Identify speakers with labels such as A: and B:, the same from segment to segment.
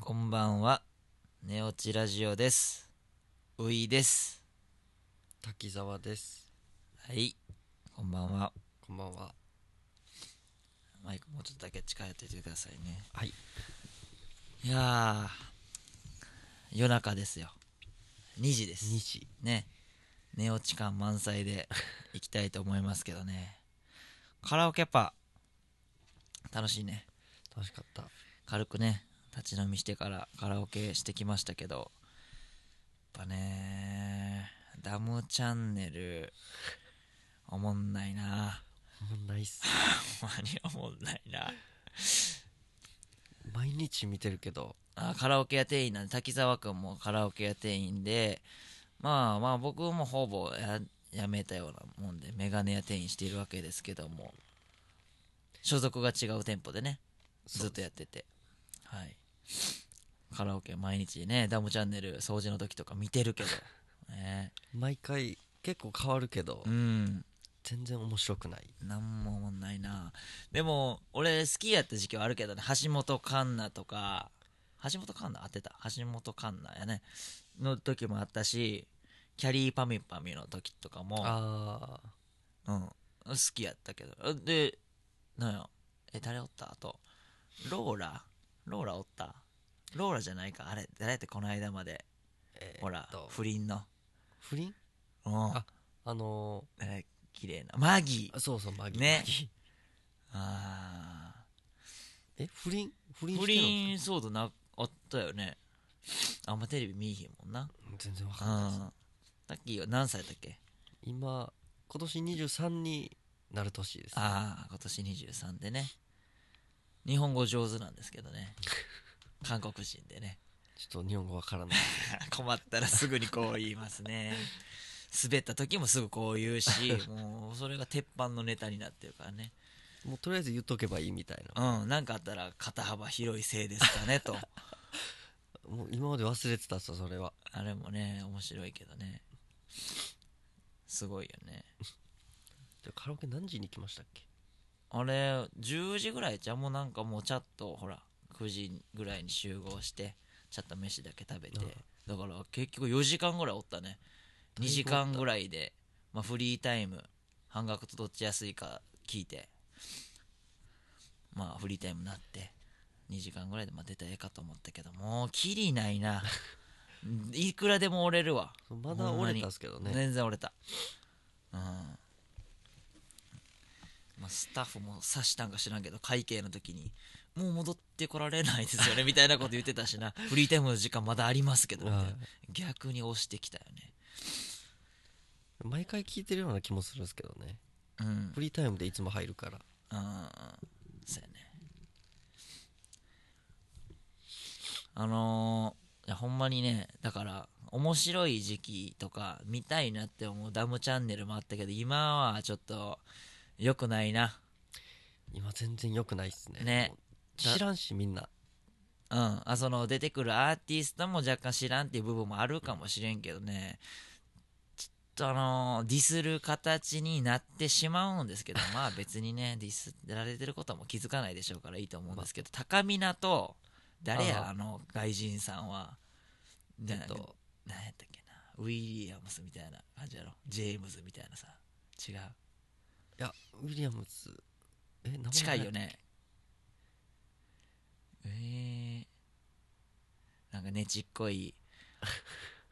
A: こんばんは。寝落ちラジオです。ういです。
B: 滝沢です
A: はい。こんばんは。
B: こんばんは
A: マイクもうちょっとだけ近寄っていてくださいね。
B: はい
A: いやー、夜中ですよ。2時です。
B: 時
A: ね。寝落ち感満載で行きたいと思いますけどね。カラオケやっぱ、楽しいね。
B: 楽しかった
A: 軽くね立ち飲みしてからカラオケしてきましたけどやっぱねダムチャンネルおもんないな
B: もうないっす
A: ほんまにおもんないな
B: 毎日見てるけど
A: あカラオケ屋店員なんで滝沢君もカラオケ屋店員でまあまあ僕もほぼややめたようなもんでメガネ屋店員しているわけですけども所属が違う店舗でねずっとやっててはいカラオケ毎日ねダムチャンネル掃除の時とか見てるけどね
B: 毎回結構変わるけど
A: うん
B: 全然面白くない
A: なんも思んないなでも俺好きやった時期はあるけどね橋本環奈とか橋本環奈当てた橋本環奈やねの時もあったしキャリーパミュパミュの時とかも
B: ああ
A: うん、好きやったけどあでなんやえ誰おったあとローラローラおったローラじゃないかあれ誰やってこの間まで
B: えー
A: ほら
B: えっと
A: 不倫の
B: 不倫
A: うん
B: ああの
A: 誰綺麗なマギ
B: ーあそうそうマギ
A: ね
B: マギ
A: あ
B: え不倫不倫
A: ー
B: し
A: 不
B: てるの
A: 倫騒動なあったよねあんまテレビ見えへんもんな
B: 全然わ
A: う
B: かんないです
A: んタッキーは何歳だっけ
B: 今今年23になる年です
A: ああ今年23でね日本語上手なんですけど ね韓国人でね
B: ちょっと日本語わからない
A: 困ったらすぐにこう言いますね滑った時もすぐこう言うし もうそれが鉄板のネタになってるからね
B: もうとりあえず言っとけばいいみたいな
A: うん何かあったら肩幅広いせいですかね と
B: もう今まで忘れてたっすわそれは
A: あれもね面白いけどねすごいよね
B: じゃあカラオケ何時に来ましたっけ
A: あれ10時ぐらいじゃんもうなんかもうチャットほら9時ぐらいに集合してチャット飯だけ食べてだから結局4時間ぐらいおったね2時間ぐらいで、まあ、フリータイム半額とどっち安いか聞いてまあフリータイムになって2時間ぐらいでまあ出たらええかと思ったけどもうキリないないくらでも折れるわ
B: そうまだ折れたっすけどね
A: 全然折れたうんまあ、スタッフも察したんか知らんけど会計の時にもう戻ってこられないですよ ねみたいなこと言ってたしなフリータイムの時間まだありますけどみたいな
B: はい
A: 逆に押してきたよね
B: 毎回聞いてるような気もするんですけどね
A: うん
B: フリータイムでいつも入るから
A: うんそうやねあのーいやほんまにねだから面白い時期とか見たいなって思うダムチャンネルもあったけど今はちょっと良くないな
B: 今全然良くないっすね
A: ね
B: もう知らんしみんな
A: うん、あその出てくるアーティストも若干知らんっていう部分もあるかもしれんけどねちょっとあのーディスる形になってしまうんです けどまあ別にねディスられてることも気づかないでしょうからいいと思うんですけど、高見なと誰や
B: あ
A: あの外人さんは
B: え
A: な
B: っと
A: なんやったっけなウィリアムスみたいな感じやろジェームズみたいなさ違う
B: いやウィリアムズえ名前
A: 近いよねえー、なんかねちっこい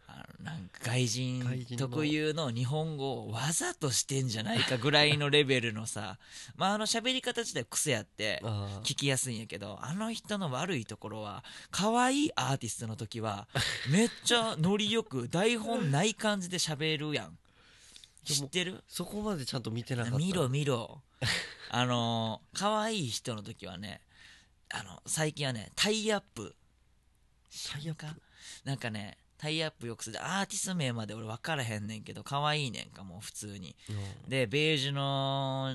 A: あのなんか外
B: 外
A: 人
B: 人の
A: 特有の日本語をわざとしてんじゃないかぐらいのレベルのさ まああの喋り方自体は癖やって
B: あー
A: 聞きやすいんやけどあの人の悪いところは可愛いアーティストの時 はめっちゃノリよく台本ない感じで喋るやん
B: で
A: 知
B: も
A: ってる
B: そこまでちゃんと見てなかった
A: 見ろ見ろ あのー可愛い人の時はねあの最近はねタイアップ
B: タイアップ
A: なんかなんかねタイアップよくするアーティスト名まで俺分からへんねんけど可愛いねんかもう普通に
B: うん
A: でベージュのう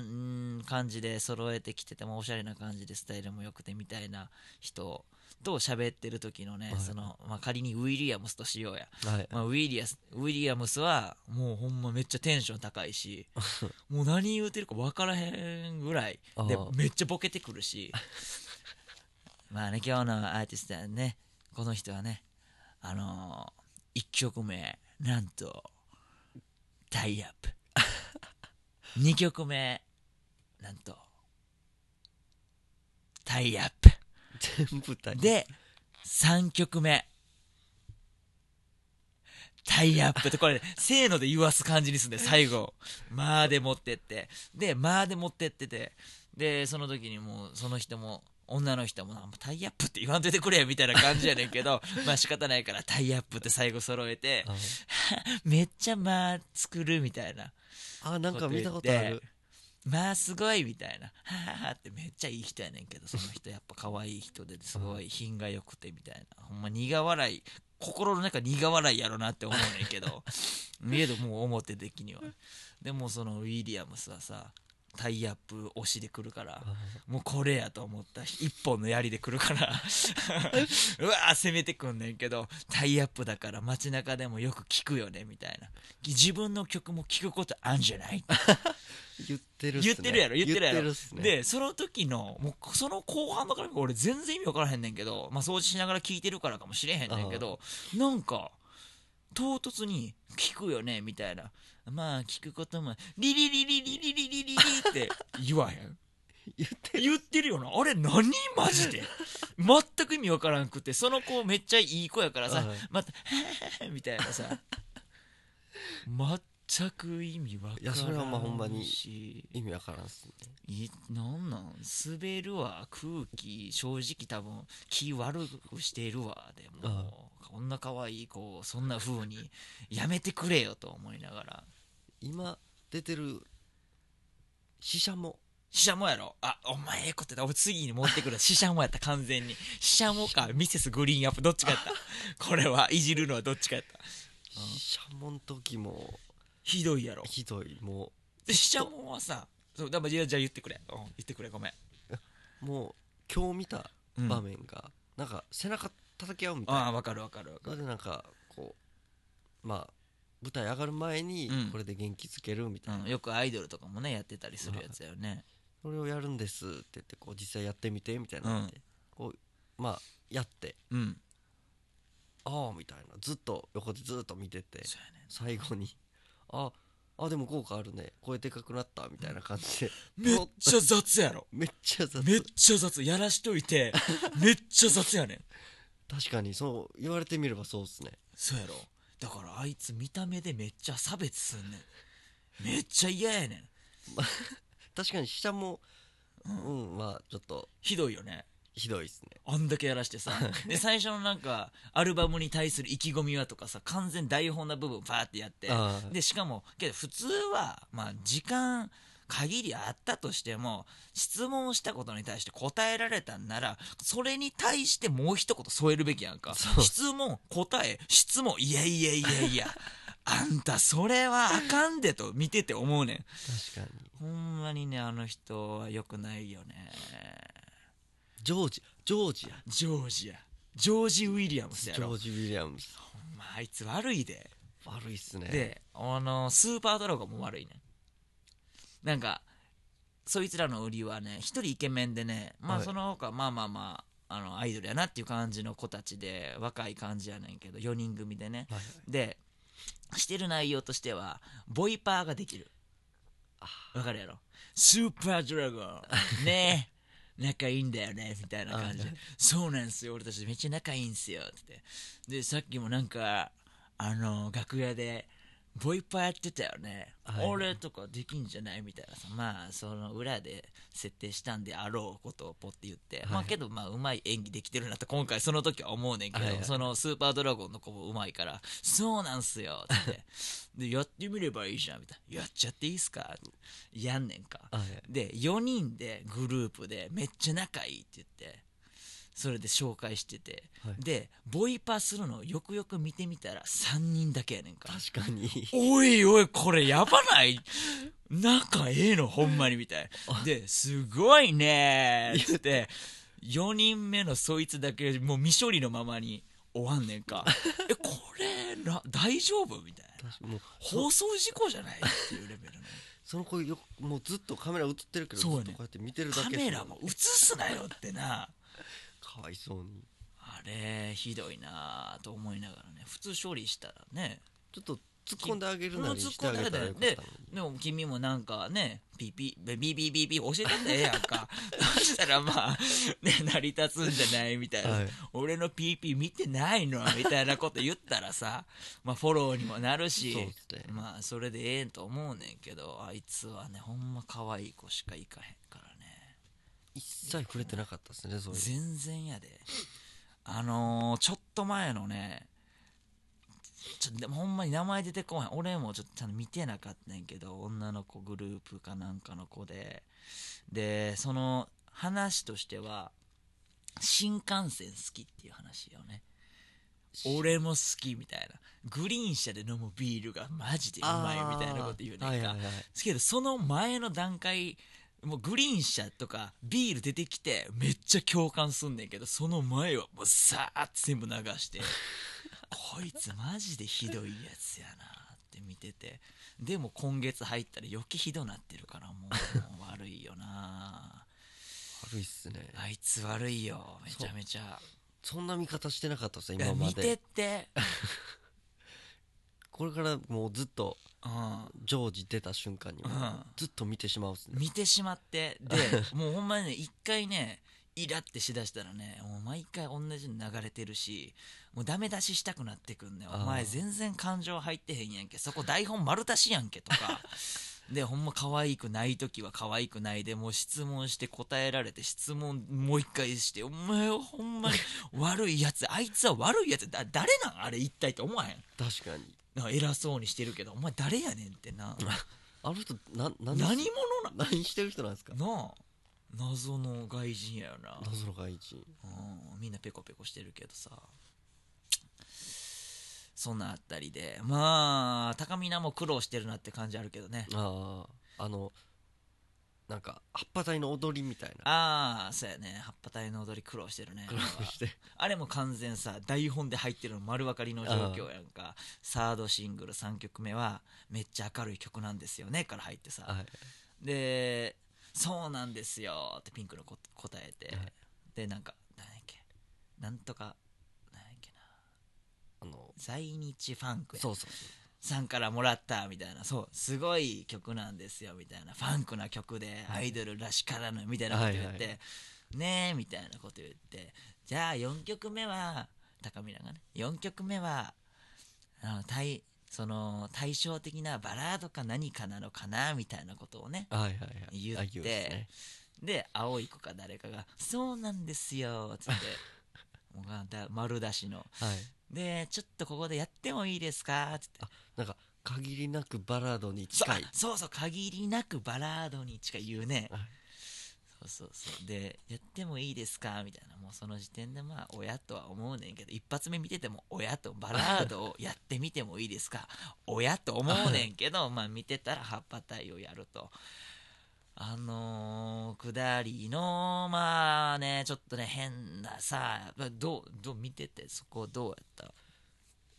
A: ん感じで揃えてきててもおしゃれな感じでスタイルも良くてみたいな人と喋ってる時のね、
B: はい
A: そのまあ、仮にウィリアムスとしようや
B: はい
A: まあ、ウィリアスウィリアムスはもうほんまめっちゃテンション高い しもう何言うてるか分からへんぐらい
B: あ
A: で
B: ー
A: めっちゃボケてくるしまあね今日のアーティストはねこの人はねあのー、1曲目なんとタイアッ プ2曲目なんとタイアップ
B: 全部大
A: で、3曲目。タイアップって、これ、せーので言わす感じにすんで、最後。まあで持ってって。で、まあで持ってってて。で、その時にもう、その人も、女の人も、あもうタイアップって言わんといてくれ、みたいな感じやねんけど、 まあ仕方ないから、タイアップって最後揃えて、
B: あ
A: めっちゃまあ作る、みたいな。
B: あなんか見たことある
A: まあすごいみたいな「ははは」ってめっちゃいい人やねんけどその人やっぱ可愛い人ですごい品が良くてみたいなほんま苦笑い心の中苦笑いやろなって思うねんけど見えどもう表的にはでもそのウィリアムスはさタイアップ推しで来るから
B: あ
A: もうこれやと思った一本の槍で来るからうわー攻めてくんねんけどタイアップだから街中でもよく聞くよねみたいな自分の曲も聞くことあんじゃない
B: 言ってるっす
A: 言
B: ね
A: ってるやろ言ってるやろ
B: 言っっすね
A: でその時のもうその後半だから俺全然意味分からへんねんけど、まあ、掃除しながら聞いてるからかもしれへんねんけどなんか唐突に「聞くよね」みたいなまあ聞くことも「リリリリリリリリリリ」って言わへん
B: 言って
A: 言ってるよなあれ何マジで全く意味わからんくてその子めっちゃいい子やからさ
B: はい
A: また「みたいなさ全く意味わからんし
B: いやそれはまあほんまに意味わからんっすね
A: いなんなん滑るわ空気正直多分気悪くしてるわでもこんな可愛い子をそんな風にやめてくれよと思いながら
B: 今出てる死者も
A: シシャモやろあお前ええことだ俺次に持ってくるシシャモやった完全にシシャモかミセスグリーンアップどっちかやったこれはいじるのはどっちかやった
B: 死者もん時も
A: ひどいやろ
B: ひどいも
A: でシシャモはさそうだからじゃあじゃあ言ってくれ、うん言ってくれごめん
B: うもう今日見た
A: うん
B: 場面が、なんか背中叩き合うみたい
A: ああ
B: な
A: わかるわかるわか
B: それでなんかこうまあ舞台上がる前に
A: うん
B: これで元気づけるみたい
A: る、
B: な、
A: うん、よくアイドルとかもねやってたりするやつやよね、
B: それをやるんですって言ってこう実際やってみてみたいなって、こうまあやって
A: うん。
B: ああみたいなずっと横でずっと見てて
A: そうやね
B: 最後にああでも効果あるね声でかくなったみたいな感じで
A: めっちゃ雑やろ。
B: めっちゃ雑
A: めっちゃ雑。やらしとい て、めっちゃ雑やねん。
B: 確かにそう言われてみればそうっすね
A: そうやろ。だからあいつ見た目でめっちゃ差別すんねん。めっちゃ嫌やねん。
B: 確かに下もうん、まあちょっと
A: ひどいよね。
B: ひどいっすね
A: あんだけやらして さ。で、最初のなんか、アルバムに対する意気込みはとかさ、完全台本な部分パーってやって。
B: ああ
A: でしかもけど普通は、まあ、時間限りあったとしても質問したことに対して答えられたんならそれに対してもう一言添えるべきやんか
B: そう
A: 質問答え質問いやいやいやいや あんたそれはあかんでと見てて思うねん
B: 確かに
A: ほんまにねあの人は良くないよね
B: ジョージジョージや
A: ジョージアジョージ・ウィリアムス
B: ジ
A: や
B: ョ
A: ろ
B: ージ・ウィリアムズ
A: ほんまあいつ悪いで
B: 悪いっすね
A: で、あの、スーパードラゴンも悪いね。なんか、そいつらの売りはね、一人イケメンでね、まあ
B: はい
A: その他、まあまあまあ、あの、アイドルやなっていう感じの子たちで、若い感じやねんけど、4人組でね。
B: はい
A: で、してる内容としては、ボイパーができる。
B: あ
A: わかるやろスーパードラゴ ンねえ仲いいんだよねみたいな感じで
B: あ
A: そうなんすよ俺たちめっちゃ仲いいんすよつってでさっきもなんかあの楽屋でボイパーやってたよね、
B: はい
A: 俺とかできんじゃないみたいなさまあその裏で設定したんであろうことをポッて言って、まあけどまあうまい演技できてるなと今回その時は思うねんけど、
B: はいはい
A: そのスーパードラゴンの子もうまいから「そうなんすよ」つって 「でやってみればいいじゃん」みたいな「やっちゃっていいっすか?」やんねんか
B: あはい
A: で4人でグループでめっちゃ仲いいって言ってそれで紹介してて、
B: はい
A: でボイパするのをよくよく見てみたら3人だけやねんか
B: 確かに
A: おいおいこれやばない仲ええのほんまにみたいなですごいねーっつって4人目のそいつだけもう未処理のままに終わんねんかえこれな大丈夫みたいな
B: 確かもうそ
A: 放送事故じゃないっていうレベルの
B: その子よもうずっとカメラ映ってるけど
A: そうやね
B: ずっとこうやって見てるだけ
A: カ
B: っすね
A: メラも映すなよってな
B: かわいそうに
A: あれれひどいなぁと思いながらね普通処理したらね
B: ちょっと突っ込んであげるなり
A: 突っ
B: して
A: 込
B: あ
A: んであ
B: げ
A: げた
B: たら
A: ら
B: よかったのに
A: でも君もなんかねピピビビビビビ教えてんだええやん かそしたらまあ、ね、成り立つんじゃないみたいな、
B: はい
A: 俺の PP 見てないのみたいなこと言ったらさまあフォローにもなるし
B: そうっすね
A: まあそれでええと思うねんけどあいつはねほんま可愛い子しかいかへんからね
B: 一切触れてなかったですねそういう
A: 全然やであのー、ちょっと前のねちょでもほんまに名前出てこない俺もちょっとちゃんと見てなかったんやけど女の子グループかなんかの子ででその話としては新幹線好きっていう話よね俺も好きみたいなグリーン車で飲むビールがマジでうまいみたいなこと言うねんか、
B: あーはいはいはい
A: ですけどその前の段階もうグリーン車とかビール出てきてめっちゃ共感すんねんけどその前はもうさーって全部流してこいつマジでひどいやつやなって見ててでも今月入ったら余計ひどなってるからもうもう悪いよ な
B: 悪いっすね
A: あいつ悪いよめちゃめちゃ
B: そんな見方してなかったですね
A: いや
B: 今ま
A: 見てっ
B: で
A: て
B: これからもうずっと
A: うん
B: 常時出た瞬間にも
A: うん
B: ずっと見てしまうっすね
A: 見てしまって でもうほんまにね一回ねイラってしだしたらねもう毎回同じの流れてるしもうダメ出ししたくなってくんね
B: あ
A: お
B: ー
A: 前全然感情入ってへんやんけそこ台本丸出しやんけと かでほんま可愛くない時は可愛くないでもう質問して答えられて質問もう一回してお前はほん まに悪いやつあいつは悪いやつだ誰なんあれ一体って思わへん
B: 確かに
A: なんか偉そうにしてるけどお前誰やねんって な
B: あの人な
A: 何
B: 何
A: 者なん
B: 何してる人なんですか
A: なあ謎の外人やよな、
B: 謎の外人
A: うん、みんなペコペコしてるけどさそんなんあったりでまあ高見菜も苦労してるなって感じあるけどね
B: あああのなんか葉っぱ隊の踊りみたいな
A: ああそうやね葉っぱ隊の踊り苦労してるね
B: クラブして
A: あれも完全さ台本で入ってるの丸分かりの状況やんかサードシングル3曲目は「めっちゃ明るい曲なんですよね」から入ってさ、
B: はい
A: で「そうなんですよ」ってピンクのこ答えて、
B: はい
A: でなんか何やっけなんとか何やっけな
B: あの
A: 在日ファンクや
B: そうそう
A: さんからもらったみたいなそうすごい曲なんですよみたいなファンクな曲でアイドルらしからぬみたいなこと言って、
B: はいは
A: ねえみたいなこと言ってじゃあ4曲目は高見菜がね4曲目はあの対その対照的なバラードか何かなのかなみたいなことをね
B: はいはいはい
A: 言って
B: あうんですね
A: で青い子か誰かが「そうなんですよ」つってもうがだ丸出しの
B: はい
A: 「でちょっとここでやってもいいですか?」つって
B: あなんか限りなくバラードに
A: そ
B: 近い
A: そうそう限りなくバラードに近い言うね
B: はい
A: そうそうそうでやってもいいですかみたいなもうその時点でまあ親とは思うねんけど一発目見てても親とバラードをやってみてもいいですか 親と思うねんけどまあ見てたら葉っぱ隊をやるとあのー、下りのまあねちょっとね変なさまあどうどう見ててそこどうやった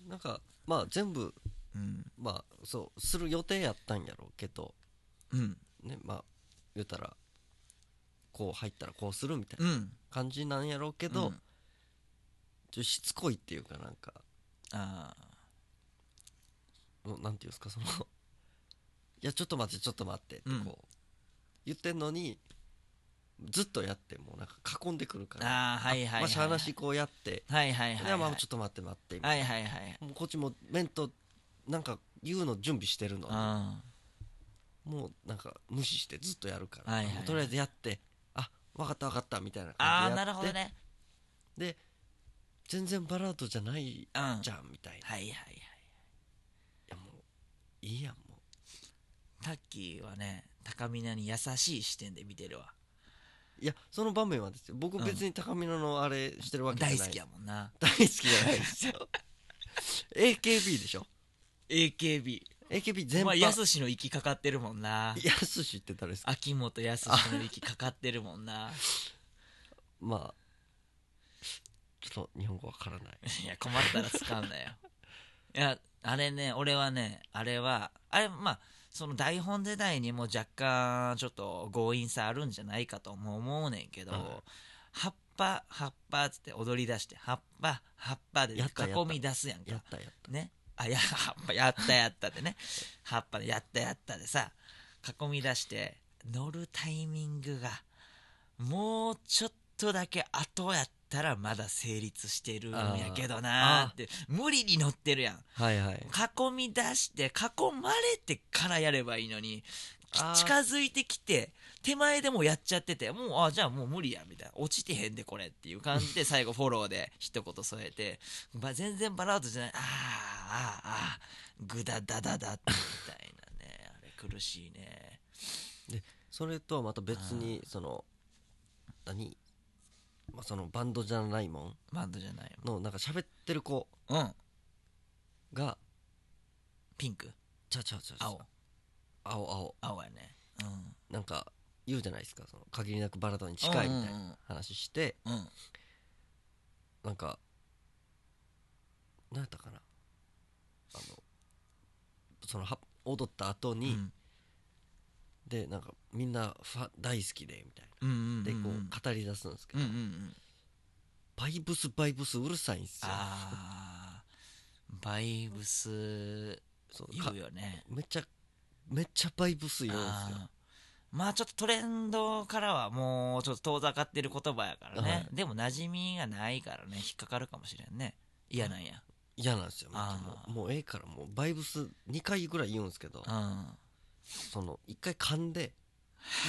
B: なんかまあ全部
A: うん
B: まあそうする予定やったんやろうけど
A: うん
B: ねまあ言うたらこう入ったらこうするみたいな
A: うん
B: 感じなんやろうけ
A: け
B: ど、ちょっとしつこいっていうかなんか
A: ああ
B: のなんていうんですかそのいやちょっと待ってちょっと待ってって
A: うん
B: こう言ってんのにずっとやってもうなんか囲んでくるから
A: ああはいはいはい、
B: まあしゃあなしこうやって
A: はいはいはい
B: で
A: はい
B: まあちょっと待って待ってみたい
A: はいはいはい
B: なもうこっちも面となんか言うの準備してるのに
A: あ
B: もうなんか無視してずっとやるから、
A: はいはいはい
B: もうとりあえずやってあ分かった分かったみたいな
A: あー
B: 感じでや
A: な
B: っ
A: るほ
B: て
A: どね
B: で全然バラードじゃない
A: うんはい
B: じゃんみたいな、い
A: はいはい
B: やもういいやんも
A: タッキーはね高見菜に優しい視点で見てるわ
B: ういやその場面はですよ僕別に高見菜のあれしてるわけじゃな
A: 大
B: い、
A: 好きやもんな
B: 大好きじゃないですよ AKB でしょ
A: AKB
B: AKB
A: お
B: 全
A: 前
B: 般
A: やすしの息かかってるもんな
B: やすしって誰ですか
A: 秋元康の息かかってるもんな
B: まあちょっと日本語わからない
A: いや困ったら使うんだよいやあれね俺はねあれはあれまあその台本時代にも若干ちょっと強引さあるんじゃないかとも思うねんけど、
B: はい
A: 葉っぱ葉っぱ」っつって踊り出して「葉っぱ葉っぱ」で囲
B: やったやった
A: み出すやん
B: やっ
A: か
B: たやった
A: ねあや 葉っぱやったやったでね葉っぱでやったやったでさ囲み出して乗るタイミングがもうちょっとだけ後やったらまだ成立してるんやけどなーって無理に乗ってるやん
B: はいはい
A: 囲み出して囲まれてからやればいいのにき
B: あー
A: 近づいてきて手前でもうやっちゃっててもうあじゃあもう無理やみたいな落ちてへんでこれっていう感 じで最後フォローで一言添えて、ば全然バラードじゃないあーあーあーグダダダダみたいなねあれ苦しいね
B: それとはまた別にその何まあそのバンドじゃないもん
A: バンドじゃない
B: のなんか喋ってる子
A: もんうん
B: が
A: ピンク
B: ちゃうちゃうちゃうちゃう
A: 青
B: 青青
A: 青やねう
B: なんか言うじゃないですかその限りなくバラードに近いみたい
A: うんうんうん
B: な話して
A: んうん
B: なんか何やったかなあのそのは踊った後
A: う
B: に、
A: ん
B: でなんかみんなファ大好きでみたいな
A: うんうん
B: でこ
A: うん
B: う語り出すんですけ
A: う
B: ど、
A: んうんうん
B: バイブスバイブスうるさいんですよ
A: あーバイブス
B: そうか
A: 言うよね
B: めっちゃめっちゃバイブス言うんですよ
A: あーまあちょっとトレンドからはもうちょっと遠ざかってる言葉やからね、
B: はい
A: でも馴染みがないからね引っかかるかもしれんね嫌なんや
B: 嫌なんですよ
A: あー
B: もうもうええからもうバイブス2回ぐらい言うんですけど
A: うん
B: その1回噛んで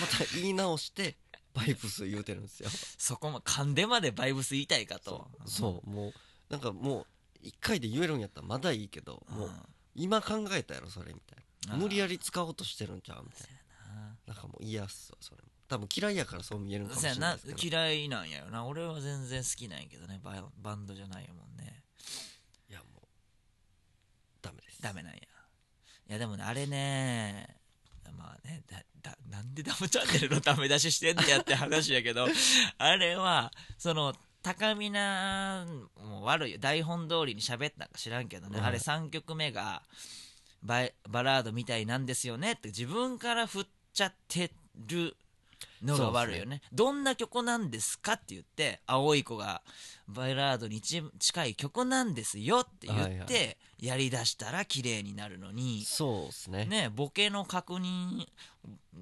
B: また言い 直してバイブス言うてるんですよ
A: そこも噛んでまでバイブス言いたいかと
B: そうそうもうなんかもう1回で言えるんやったらまだいいけど
A: ん
B: もう今考えたやろそれみたい
A: あ
B: な
A: ー
B: 無理やり使おうとしてるんちゃうみたい
A: あ
B: ななんかもう嫌っすわそれも多分嫌いやからそう見えるんかもし
A: そう
B: れ
A: や
B: ない
A: な
B: ですけど
A: 嫌いなんやよな俺は全然好きなんやけどねバイバンドじゃないもんね
B: いやもうダメです
A: ダメなんやいやでもねあれねまあねだだなんでダムチャンネルのダメ出ししてんねやって話やけ どあれはその高見なも悪いよ台本通りに喋ったんか知らんけどね、
B: はい
A: あれ3曲目がバイバラードみたいなんですよねって自分から振っちゃってるのが悪いよねどんな曲なんですかって言って青い子がバラードに一近い曲なんですよって言って、
B: はいは
A: やりだしたら綺麗になるのに
B: そうですね
A: ねボケの確認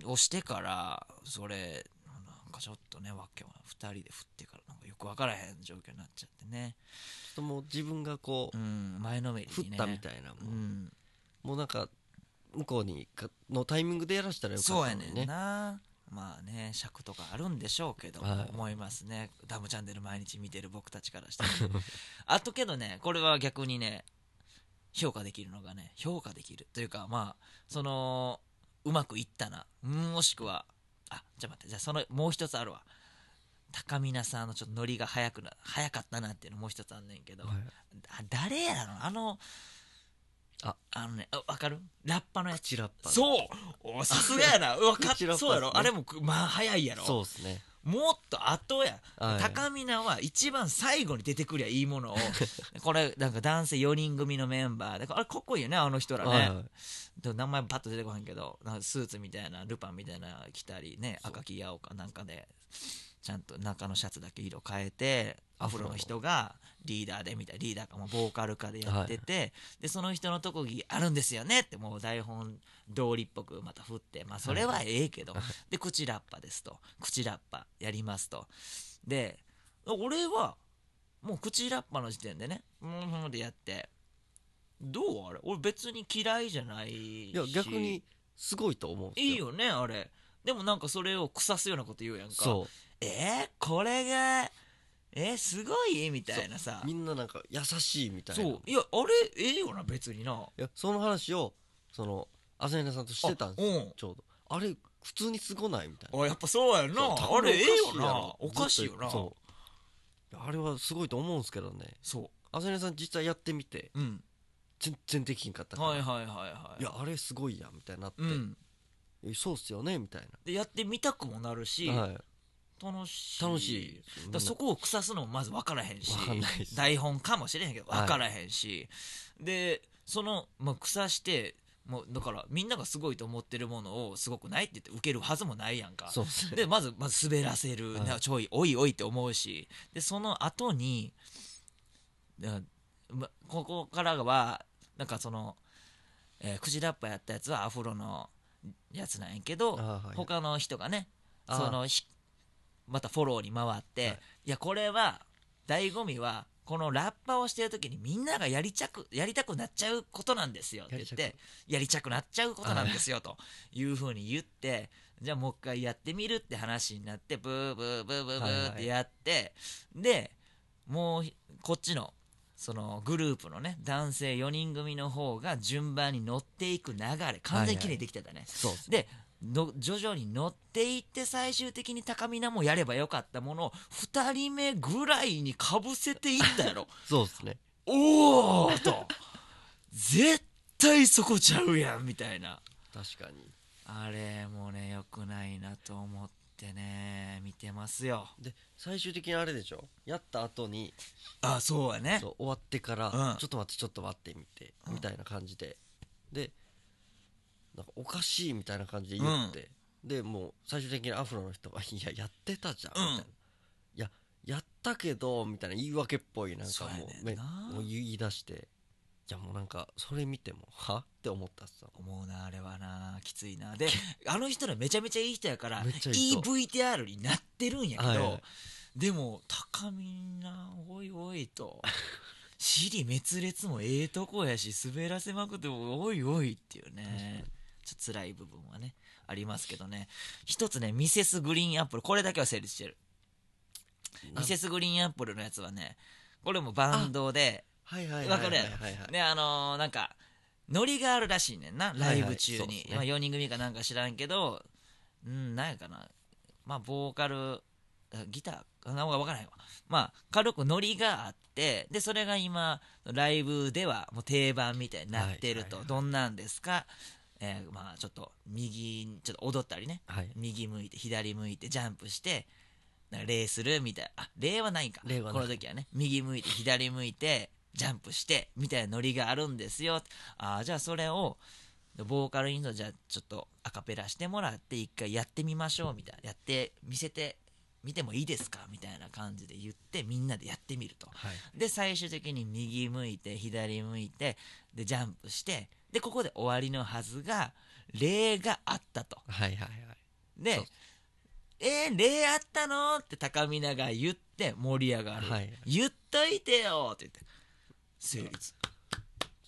A: をしてからそれなんかちょっとねわけは2人で振ってからなんかよく分からへん状況になっちゃってね
B: ちょっともう自分がこ
A: う
B: うん
A: 前のめり
B: 振
A: にね
B: ったみたいなも
A: う
B: うんもうなんか向こうにかのタイミングでやらしたらよか
A: そう
B: った
A: や
B: の
A: ね
B: に
A: ん
B: ね
A: なまあね尺とかあるんでしょうけど、
B: はい
A: 思いますね「ダムチャンネル」毎日見てる僕たちからしたら あとけどねこれは逆にね評価できるのがね評価できるというかまあそのうまくいったなうんもしくはあじゃあ待ってじゃあそのもう一つあるわ高見菜さんのちょっとノリが早くな早かったなっていうのもう一つあんねんけど、
B: はい
A: あ誰やろあの
B: あ
A: あのねあわかるラッパのやつ
B: 口ラッパー
A: そうおさすがや な分かっ
B: 口ラッパーっすね
A: そうやろあれもくまあ早いやろ
B: そうですね
A: もっと後や、
B: はい
A: 高見菜は一番最後に出てくりゃいいも のをこれなんか男性4人組のメンバーであれかっこいいよねあの人らね、
B: はいはい
A: でも名前パッと出てこへんけどなんかスーツみたいなルパンみたいな着たりね赤き青かなんかでちゃんと中のシャツだけ色変えてアフロの人がリーダーでみたいなリーダーかもうボーカルかでやってて、でその人の特技あるんですよねってもう台本通りっぽくまた振ってまあそれはええけど、で口ラッパですと口ラッパやりますとで俺はもう口ラッパの時点でねうんうんでやってどうあれ俺別に嫌いじゃないし
B: いや逆にすごいと思うんですよ
A: いいよねあれでもなんかそれを腐すようなこと言うやんか
B: そう
A: えー、これがえー、すごいみたいなさ
B: みんななんか優しいみたいな
A: そういやあれええよな別にない
B: やその話をその朝比奈さんとしてたんですよ
A: あうん
B: ちょうどあれ普通にすごないみたいな
A: あやっぱそうやんな
B: そう
A: あれええよ
B: や
A: な
B: ろ
A: おかしいよな
B: ずっとそういやあれはすごいと思うんですけどね
A: そ
B: 朝比奈さん実際やってみて
A: ううん
B: 全然できんかったから、
A: はいはいはいはい
B: いやあれすごいやんみたいになって、
A: うん
B: えそうっすよねみたい
A: でやってみたくもなるし、
B: な、はい、
A: 楽しい
B: 楽しいですよ
A: だからそこを腐すのもまず分からへんし
B: わかんないです
A: 台本かもしれへんけど
B: はい
A: 分からへんし、でその、まあ、腐してもうだからみんながすごいと思ってるものをすごくないって言って受けるはずもないやんか
B: そうですね
A: でまずまず滑らせる、
B: はい
A: なちょいおいおいって思うしでその後になまここからはなんかその、えークジラッパやったやつはアフロのやつなんやけど、
B: あーはい
A: 他の人がね
B: あー
A: そのひまたフォローに回って、
B: はい
A: い、やこれは醍醐味はこのラッパをしてる時にみんながやりちゃくやりたくなっちゃうことなんですよって言っ
B: やり
A: てやりちゃくなっちゃうことなんですよというふうに言ってじゃあもう一回やってみるって話になってブーブーブーブーブーってやって、でもうひこっちのそのグループのね男性4人組の方が順番に乗っていく流れ完全に綺麗にできてたね、
B: そうですね
A: での徐々に乗っていって最終的に高見菜もやればよかったものを2人目ぐらいにかぶせていったやろ
B: そうですね
A: おおと絶対そこちゃうやんみたいな
B: 確かに
A: あれもね良くないなと思ってね見てますよ
B: で最終的にあれでしょやった後に
A: あそうやね
B: そう終わってから、
A: うん
B: ちょっと待ってちょっと待ってみて、
A: うん
B: みたいな感じででなんかおかしいみたいな感じで言って、でもう最終的にアフロの人が「いややってたじゃん」みたいな
A: うん
B: 「いややったけど」みたいな言い訳っぽいなん
A: そ
B: か
A: うや
B: も
A: ね
B: うん
A: な
B: めもう言い出していやもうなんかそれ見てもはって思ったっすよ
A: 思うなあれはなきついなであの人らめちゃめちゃいい人やから
B: めっちゃいい
A: いい
B: 人
A: VTR になってるんやけど、
B: はいはい
A: でも高見なおいおいと尻滅裂もええとこやし滑らせまくっておいおいっていうねちょっと辛い部分はねありますけどね一つねミセスグリーンアップルこれだけは成立してる
B: な
A: ミ
B: ん
A: セスグリーンアップルのやつはねこれもバンドで
B: はいはいはいはいはいはい
A: ねあのーなんかノリがあるらしいねんなライブ中に、
B: はいはいそうっすね
A: まあ、4人組かなんか知らんけどうんなんやかなまあボーカルあギターかなわからないわまあ軽くノリがあってでそれが今ライブではもう定番みたいになってると、
B: はいはいはい
A: どんなんですか、えーまあちょっと右にちょっと踊ったりね
B: はい
A: 右向いて左向いてジャンプしてなんか礼するみたいなあ礼はないんか
B: 礼はない
A: この時はね右向いて左向いてジャンプしてみたいなノリがあるんですよあーじゃあそれをボーカルインドじゃあちょっとアカペラしてもらって一回やってみましょうみたいなやって見せてみてもいいですかみたいな感じで言ってみんなでやってみると
B: はい
A: で最終的に右向いて左向いてでジャンプしてでここで終わりのはずが礼があったと
B: はいはいはい
A: で
B: そう
A: 「えー、礼あったの?」って高見菜が言って盛り上がる、
B: はい
A: 言っといてよって言って成立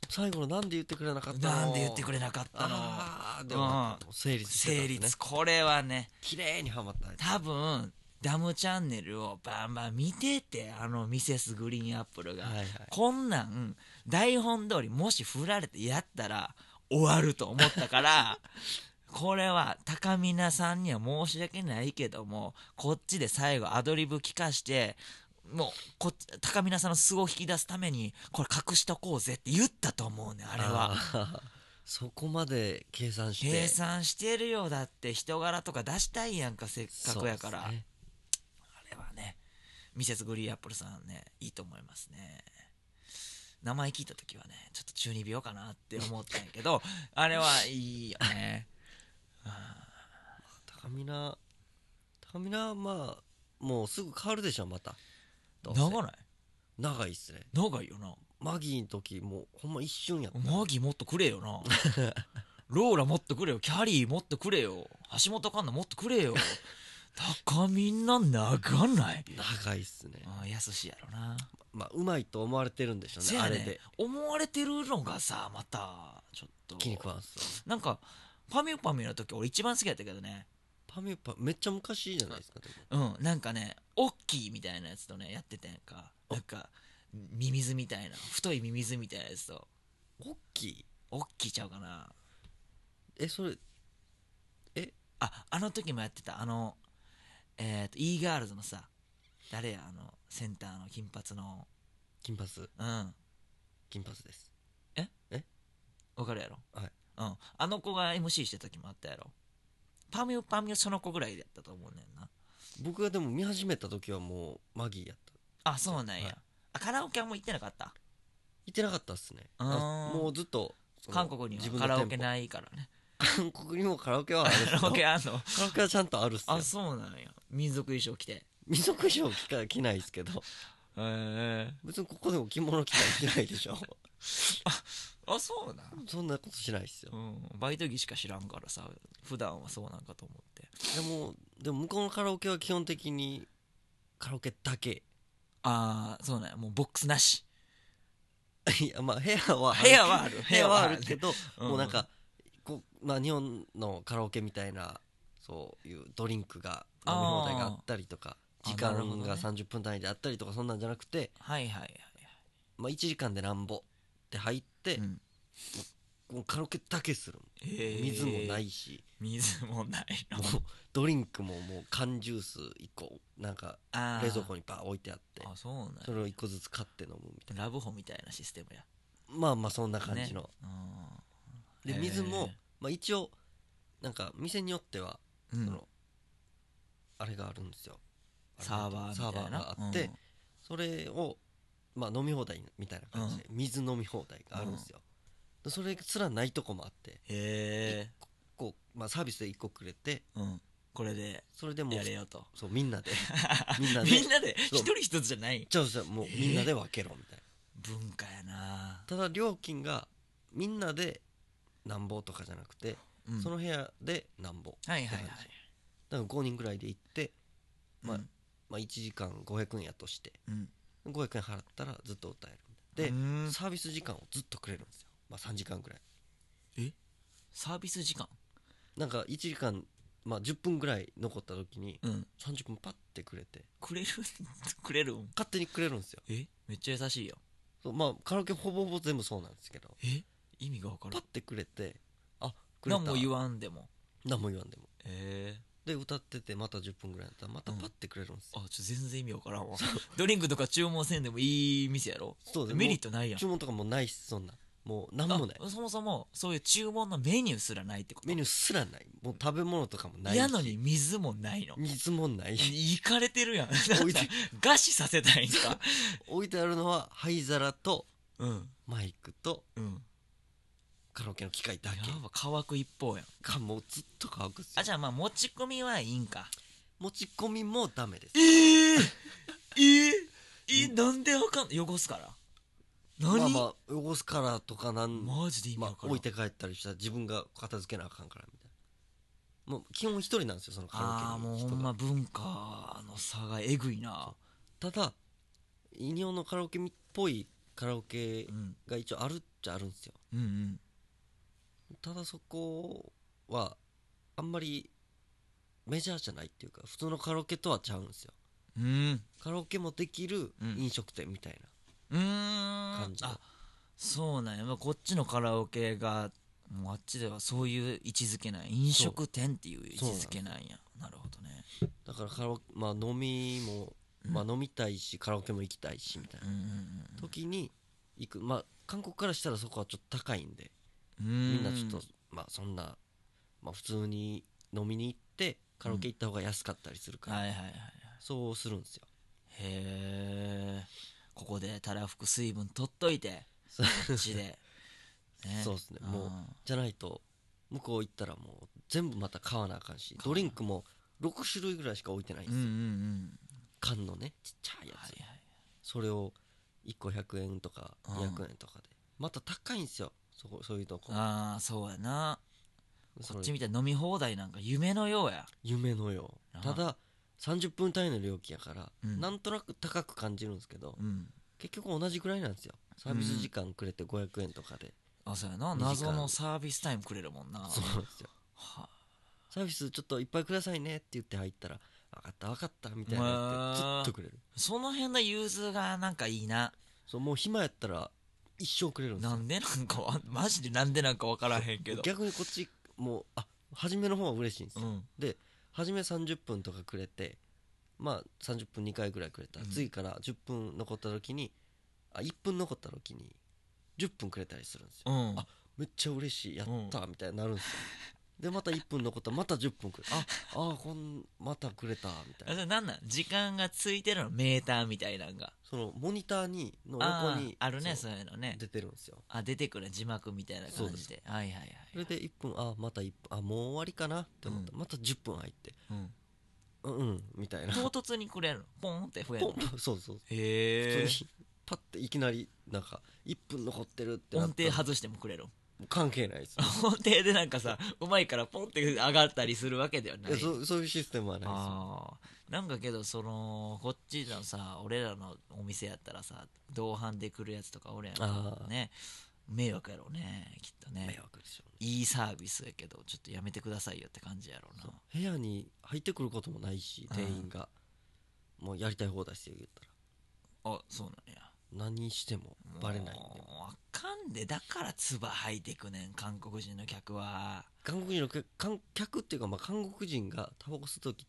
B: 最後のなんで言ってくれなかったの
A: なんで言ってくれなかったの
B: ああでもなんかもう成立してた
A: 成
B: んですね
A: 立これはね
B: 綺麗にはまったね
A: 多分ダムチャンネルをバンバン見ててあのミセスグリーンアップルが、
B: はいはい
A: こんなん台本通りもし振られてやったら終わると思ったから これは高見菜さんには申し訳ないけどもこっちで最後アドリブ聞かしてもうこっち高見菜さんの素を引き出すためにこれ隠しとこうぜって言ったと思うねんあれは。
B: あーそこまで計算して
A: 計算してるよだって人柄とか出したいやんかせっかくやから、
B: そうですね
A: あれはねミセスグリーアップルさんねいいと思いますね名前聞いた時はねちょっと中二病かなって思ったんやけど あれはいいよね
B: 高見菜高見菜はまあもうすぐ変わるでしょまたどうせ
A: 長ない
B: 長いっすね
A: 長いよな
B: マギーの時もうほんま一瞬やった
A: マギーもっとくれよ なローラもっとくれよキャリーもっとくれよ橋本環奈もっとくれよ高みんな長ない
B: 長いっすね
A: ああやすしやろな
B: まあうまいと思われてるんでしょう
A: せ
B: ね
A: や
B: あ
A: ね
B: れで
A: 思われてるのがさまたちょっと
B: 気に食わんすわ
A: なんかパミュパミュの時俺一番好きやったけどね
B: パメパめっちゃ昔じゃないですかでも
A: うんなんかねオッキーみたいなやつとねやってたやんかなんかミミズみたいな太いミミズみたいなやつと
B: 大きい
A: オッキーちゃうかな
B: えそれ
A: ああの時もやってたあのえっ、と e ガールズのさ誰やあのセンターの金髪の
B: 金髪
A: うん
B: 金髪です
A: わかるやろ
B: はい
A: うんあの子が MC してた時もあったやろパミュパミュその子ぐらいだったと思うねんな
B: 僕がでも見始めた時はもうマギーやった
A: あそうなんや、
B: はい
A: あカラオケはもう行ってなかった
B: 行ってなかったっすね
A: あ
B: あ
A: ー
B: もうずっとその
A: 韓国に
B: 自
A: は
B: 分
A: カ
B: の
A: ラ
B: 店
A: オ
B: 舗
A: ケないからね
B: 韓国にもカラオケはあるっす
A: カラオ
B: よ
A: ケ あんの
B: カラオケはちゃんとあるっすよ
A: あそうなんや民族衣装着て
B: 民族衣装着か着ないですけど
A: へえ
B: 別にここでも着物着たり着ないでしょ
A: あそうなん
B: そんなことしないっすよ
A: うん、バイト着しか知らんからさ普段はそうなんかと思って
B: でもでも向こうのカラオケは基本的にカラオケだけ
A: ああそうなんやもうボックスなし
B: いやまあ部屋は
A: 部屋はある
B: 部屋はあるけど、
A: うん
B: もうなんかこう、まあ、日本のカラオケみたいなそういうドリンクが飲み放題があったりとか
A: あー
B: 時
A: あなるほ
B: 間
A: どね
B: が30分単位であったりとかそんなんじゃなくて、
A: はいはいはい
B: まあ、1時間でなんぼって入って、
A: うん
B: もうカラオケだけする
A: へー
B: 水もないし、
A: 水もないの
B: もうドリンクももう缶ジュース1個なんか
A: あー
B: 冷蔵庫にバー置いてあって
A: あそうなんや
B: それを1個ずつ買って飲むみたい
A: ラブホみたいなシステムや
B: なまあまあそんな感じの、
A: へ
B: で
A: ー
B: 水も、まあ、一応なんか店によっては
A: うんう
B: そ
A: ん
B: のあれがあるんですよ
A: サーバーみたいな
B: サーバーがあって、
A: うん
B: それを、まあ、飲み放題みたいな感じで、水飲み放題があるんですよ、でそれすらないとこもあって
A: へえ
B: こう、まあ、サービスで1個くれて
A: うんこれで
B: それでもう
A: やれよと
B: そうみんなで みんなで
A: みんなで
B: そう
A: 一人一つじゃない
B: じゃあじゃあもうみんなで分けろみたいな
A: 文化やな
B: ただ料金がみんなでなんぼとかじゃなくて、
A: うん
B: その部屋でなんぼ
A: はいはいはい
B: だから5人ぐらいで行って、まあ
A: うん
B: まあ、1時間500円やとして
A: うん
B: 500円払ったらずっと歌える
A: う
B: で、
A: ーん
B: サービス時間をずっとくれるんですよ、まあ、3時間ぐらい
A: サービス時間
B: なんか1時間、まあ、10分ぐらい残った時に
A: うん
B: 30分パッてくれて
A: くれる くれるん
B: 勝手にくれるんですよ
A: えめっちゃ優しいよ
B: そうまあカラオケほぼほぼ全部そうなんですけど
A: え意味が分から
B: パッ
A: ん
B: てくれてあくれた
A: 何も言わんでも
B: 何も言わんでも
A: ええ
B: で歌っててまた10分ぐらいやったらまたパッてくれるんですよ、
A: あちょ全然意味分からんわドリンクとか注文せんでもいい店やろ
B: そうです
A: メリットないやん
B: 注文とかもないしそんなもう何
A: あ
B: もない
A: そもそもそういう注文のメニューすらないってこと
B: メニューすらないもう食べ物とかもないし
A: やのに水もないの
B: 水もない
A: いかれてるやん
B: 置いて
A: 餓死させたいんか
B: 置いてあるのは灰皿と
A: うん
B: マイクと
A: うん
B: カラオケの機械だ
A: や
B: け
A: ば乾く一方やん
B: がもうずっと乾くっすよ
A: あじゃあまあ持ち込みはいいんか
B: 持ち込みもダメです
A: ええええなんであかん汚すから何、
B: まあまあ汚すからとかなん
A: マジで意味
B: ま
A: わ
B: あ
A: からん、
B: 置いて帰ったりしたら自分が片付けなあかんからみたいなもう基本一人なんですよそのカ
A: あ
B: ラ
A: あ
B: オケ
A: もう
B: に
A: ほ
B: 人
A: ん
B: が
A: ま文化の差がえぐいな
B: ただ日本のカラオケっぽいカラオケ
A: うん
B: が一応あるっちゃあるんですよ
A: うんうん
B: ただそこはあんまりメジャーじゃないっていうか普通のカラオケとはちゃうんですよ
A: うん
B: カラオケもできる飲食店みたいな
A: うーん
B: 感じの
A: あそうなんや、まあ、こっちのカラオケがもうあっちではそういう位置づけない飲食店っていう位置づけなんやなるほどね
B: だからカラオケ、まあ、飲みも、まあ、飲みたいしカラオケも行きたいしみたいな
A: うん
B: 時に行くまあ韓国からしたらそこはちょっと高いんで
A: うんうん
B: みんなちょっとまあそんな、まあ、普通に飲みに行ってカラオケ行った方が安かったりするから、
A: はいはいはい
B: そうするんですよ
A: へえここでたらふく水分取っといて
B: そう
A: こっちで、ね
B: そうっすねもうんじゃないと向こう行ったらもう全部また買わなあかんしドリンクも6種類ぐらいしか置いてないんで
A: うん
B: す
A: うん
B: よ、
A: うん
B: 缶のねちっちゃいやつ、
A: はいはい
B: それを1個100円とか
A: うん
B: 200円とかで、また高いんですよそこそういうとこ
A: ああそうやな
B: そ
A: こ
B: れ
A: っちみたいに飲み放題なんか夢のようや
B: 夢のよ
A: あ
B: うただ30分単位の料金やから、
A: うん
B: なんとなく高く感じるんですけど
A: うん
B: 結局同じぐらいなんですよサービス時間くれて500円とかで、
A: あそうやな
B: 二時間
A: 謎のサービスタイムくれるもんな
B: そうなんですよ
A: は
B: サービスちょっといっぱいくださいねって言って入ったら分かった分かったみたいなやってず
A: まあ
B: っとくれる
A: その辺の融通がなんかいいな
B: そうもう暇やったら一生くれるんです
A: な
B: よ
A: んでなんかわマジでなんでなんか分からへんけど
B: 逆にこっちもうあ初めの方は嬉しいんです
A: う
B: よ、
A: ん
B: で初め30分とかくれてまあ30分2回ぐらいくれたら、
A: うん
B: 次から10分残った時にあ1分残った時に10分くれたりするんですよ
A: うん
B: あめっちゃ嬉しいやったみたいになるんですよ、でまた1分残ったらまた10分くれああーこんまたくれたみた
A: あ
B: い
A: そ
B: な
A: れなんなん時間がついてるのメーターみたいなんが
B: そのモニターにの
A: あ
B: 横
A: ー
B: に
A: あるね
B: そ
A: そうういうのね
B: 出てるんですよ
A: あ出てくる字幕みたいな
B: そう
A: 感
B: で
A: じ
B: す
A: ではいはいはい
B: それで1分あまた1分あもう終わりかなって思った、
A: う
B: また10分入って
A: うん
B: うんうんみたいな
A: 唐突にくれるのポンって増える
B: ポ
A: の
B: ンそうそう
A: へ
B: 普
A: え
B: 通にパッていきなりなんか1分残ってるってな
A: 音
B: った
A: 程
B: ら
A: 外してもくれるの
B: 関係ないです
A: 音程でなんかさうまいからポンって上がったりするわけではない
B: いやそうそういうシステムはないですよ
A: あーなんかけどそのこっちのさ俺らのお店やったらさ同伴で来るやつとか俺や
B: あー
A: ね迷惑やろうねきっとね
B: 迷惑でしょうね
A: いいサービスやけどちょっとやめてくださいよって感じやろうな
B: 部屋に入ってくることもないし
A: うん
B: 店員がもうやりたい放題して言ったら
A: あそうなんや
B: 何してもバレないん
A: も
B: で
A: うあかんでだから唾吐いてくねん韓国人の客は
B: 韓国人のけ観客っていうかまあ韓国人がタバコ吸う時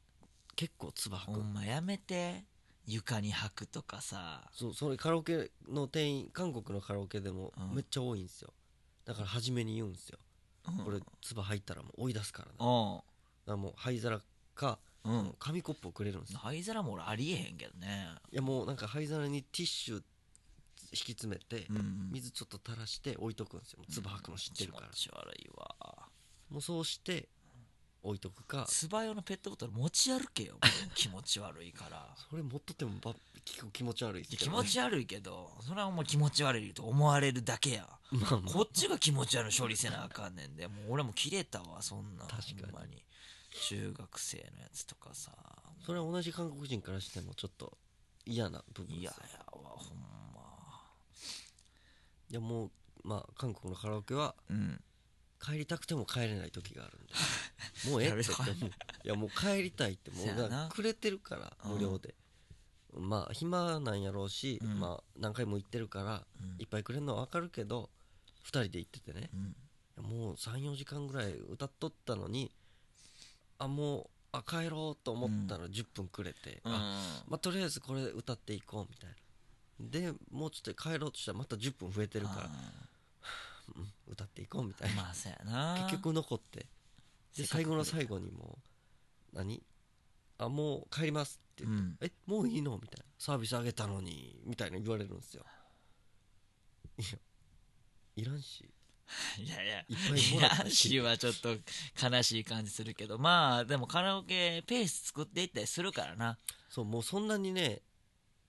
B: 結構唾吐
A: ほ
B: く
A: んまやめて床に吐くとかさ
B: そうそれカラオケの店員韓国のカラオケでも
A: うん
B: めっちゃ多いんですよだから初めに言うんですよ
A: うん
B: これ唾入ったらもう追い出すからねだか
A: お
B: らもう灰皿か
A: うう
B: もうん紙コップをくれるんですよ
A: 灰皿も俺ありえへんけどね
B: いやもうなんか灰皿にティッシュ引き詰めて
A: うん
B: 水ちょっと垂らして置いとくんですよもう唾吐くの知ってるから
A: 気持ち悪いわ
B: もうそうして置いとくか
A: つば用のペットボトル持ち歩けよ 気持ち悪いから
B: それ持っとってもば結構気持ち悪いっす
A: いや
B: け
A: 気
B: ど
A: 持ち悪いけどそれはもう気持ち悪いと思われるだけや
B: まあまあ
A: こっちが気持ち悪い処理せなあかんねんでもう俺も切れたわそんな
B: 確かに
A: ほんまに中学生のやつとかさ
B: それは同じ韓国人からしてもちょっと嫌な部分
A: い
B: です
A: や
B: よ
A: やわほんま
B: いやもうまあ韓国のカラオケは
A: うん
B: 帰りたくても帰れない時があるんでもうええってっ て
A: やる
B: もういやもう帰りたいって もう
A: そやな
B: だからくれてるから
A: うん
B: 無料で、まあ暇なんやろうし、
A: うん
B: まあ何回も行ってるから
A: うん
B: いっぱいくれるのは分かるけど2人で行っててね
A: うん
B: もう34時間ぐらい歌っとったのにあもうあ帰ろうと思ったら10分くれて、
A: うん
B: あまあ、とりあえずこれ歌っていこうみたいなでもうちょっと帰ろうとしたらまた10分増えてるから、うん歌っていこうみたいな
A: まあそやな
B: 結局残って
A: せ
B: で
A: っかく
B: 最後の
A: くれ
B: 最後にもう何あもう帰りますって
A: う
B: 言って、
A: ん
B: えもういいのみたいなサービスあげたのにみたいな言われるんですよいやいらんし
A: いやいや
B: いっぱい
A: い
B: も
A: や
B: らった
A: シーはちょっと悲しい感じするけどまあでもカラオケペース作っていったりするからな
B: そうもうそんなにね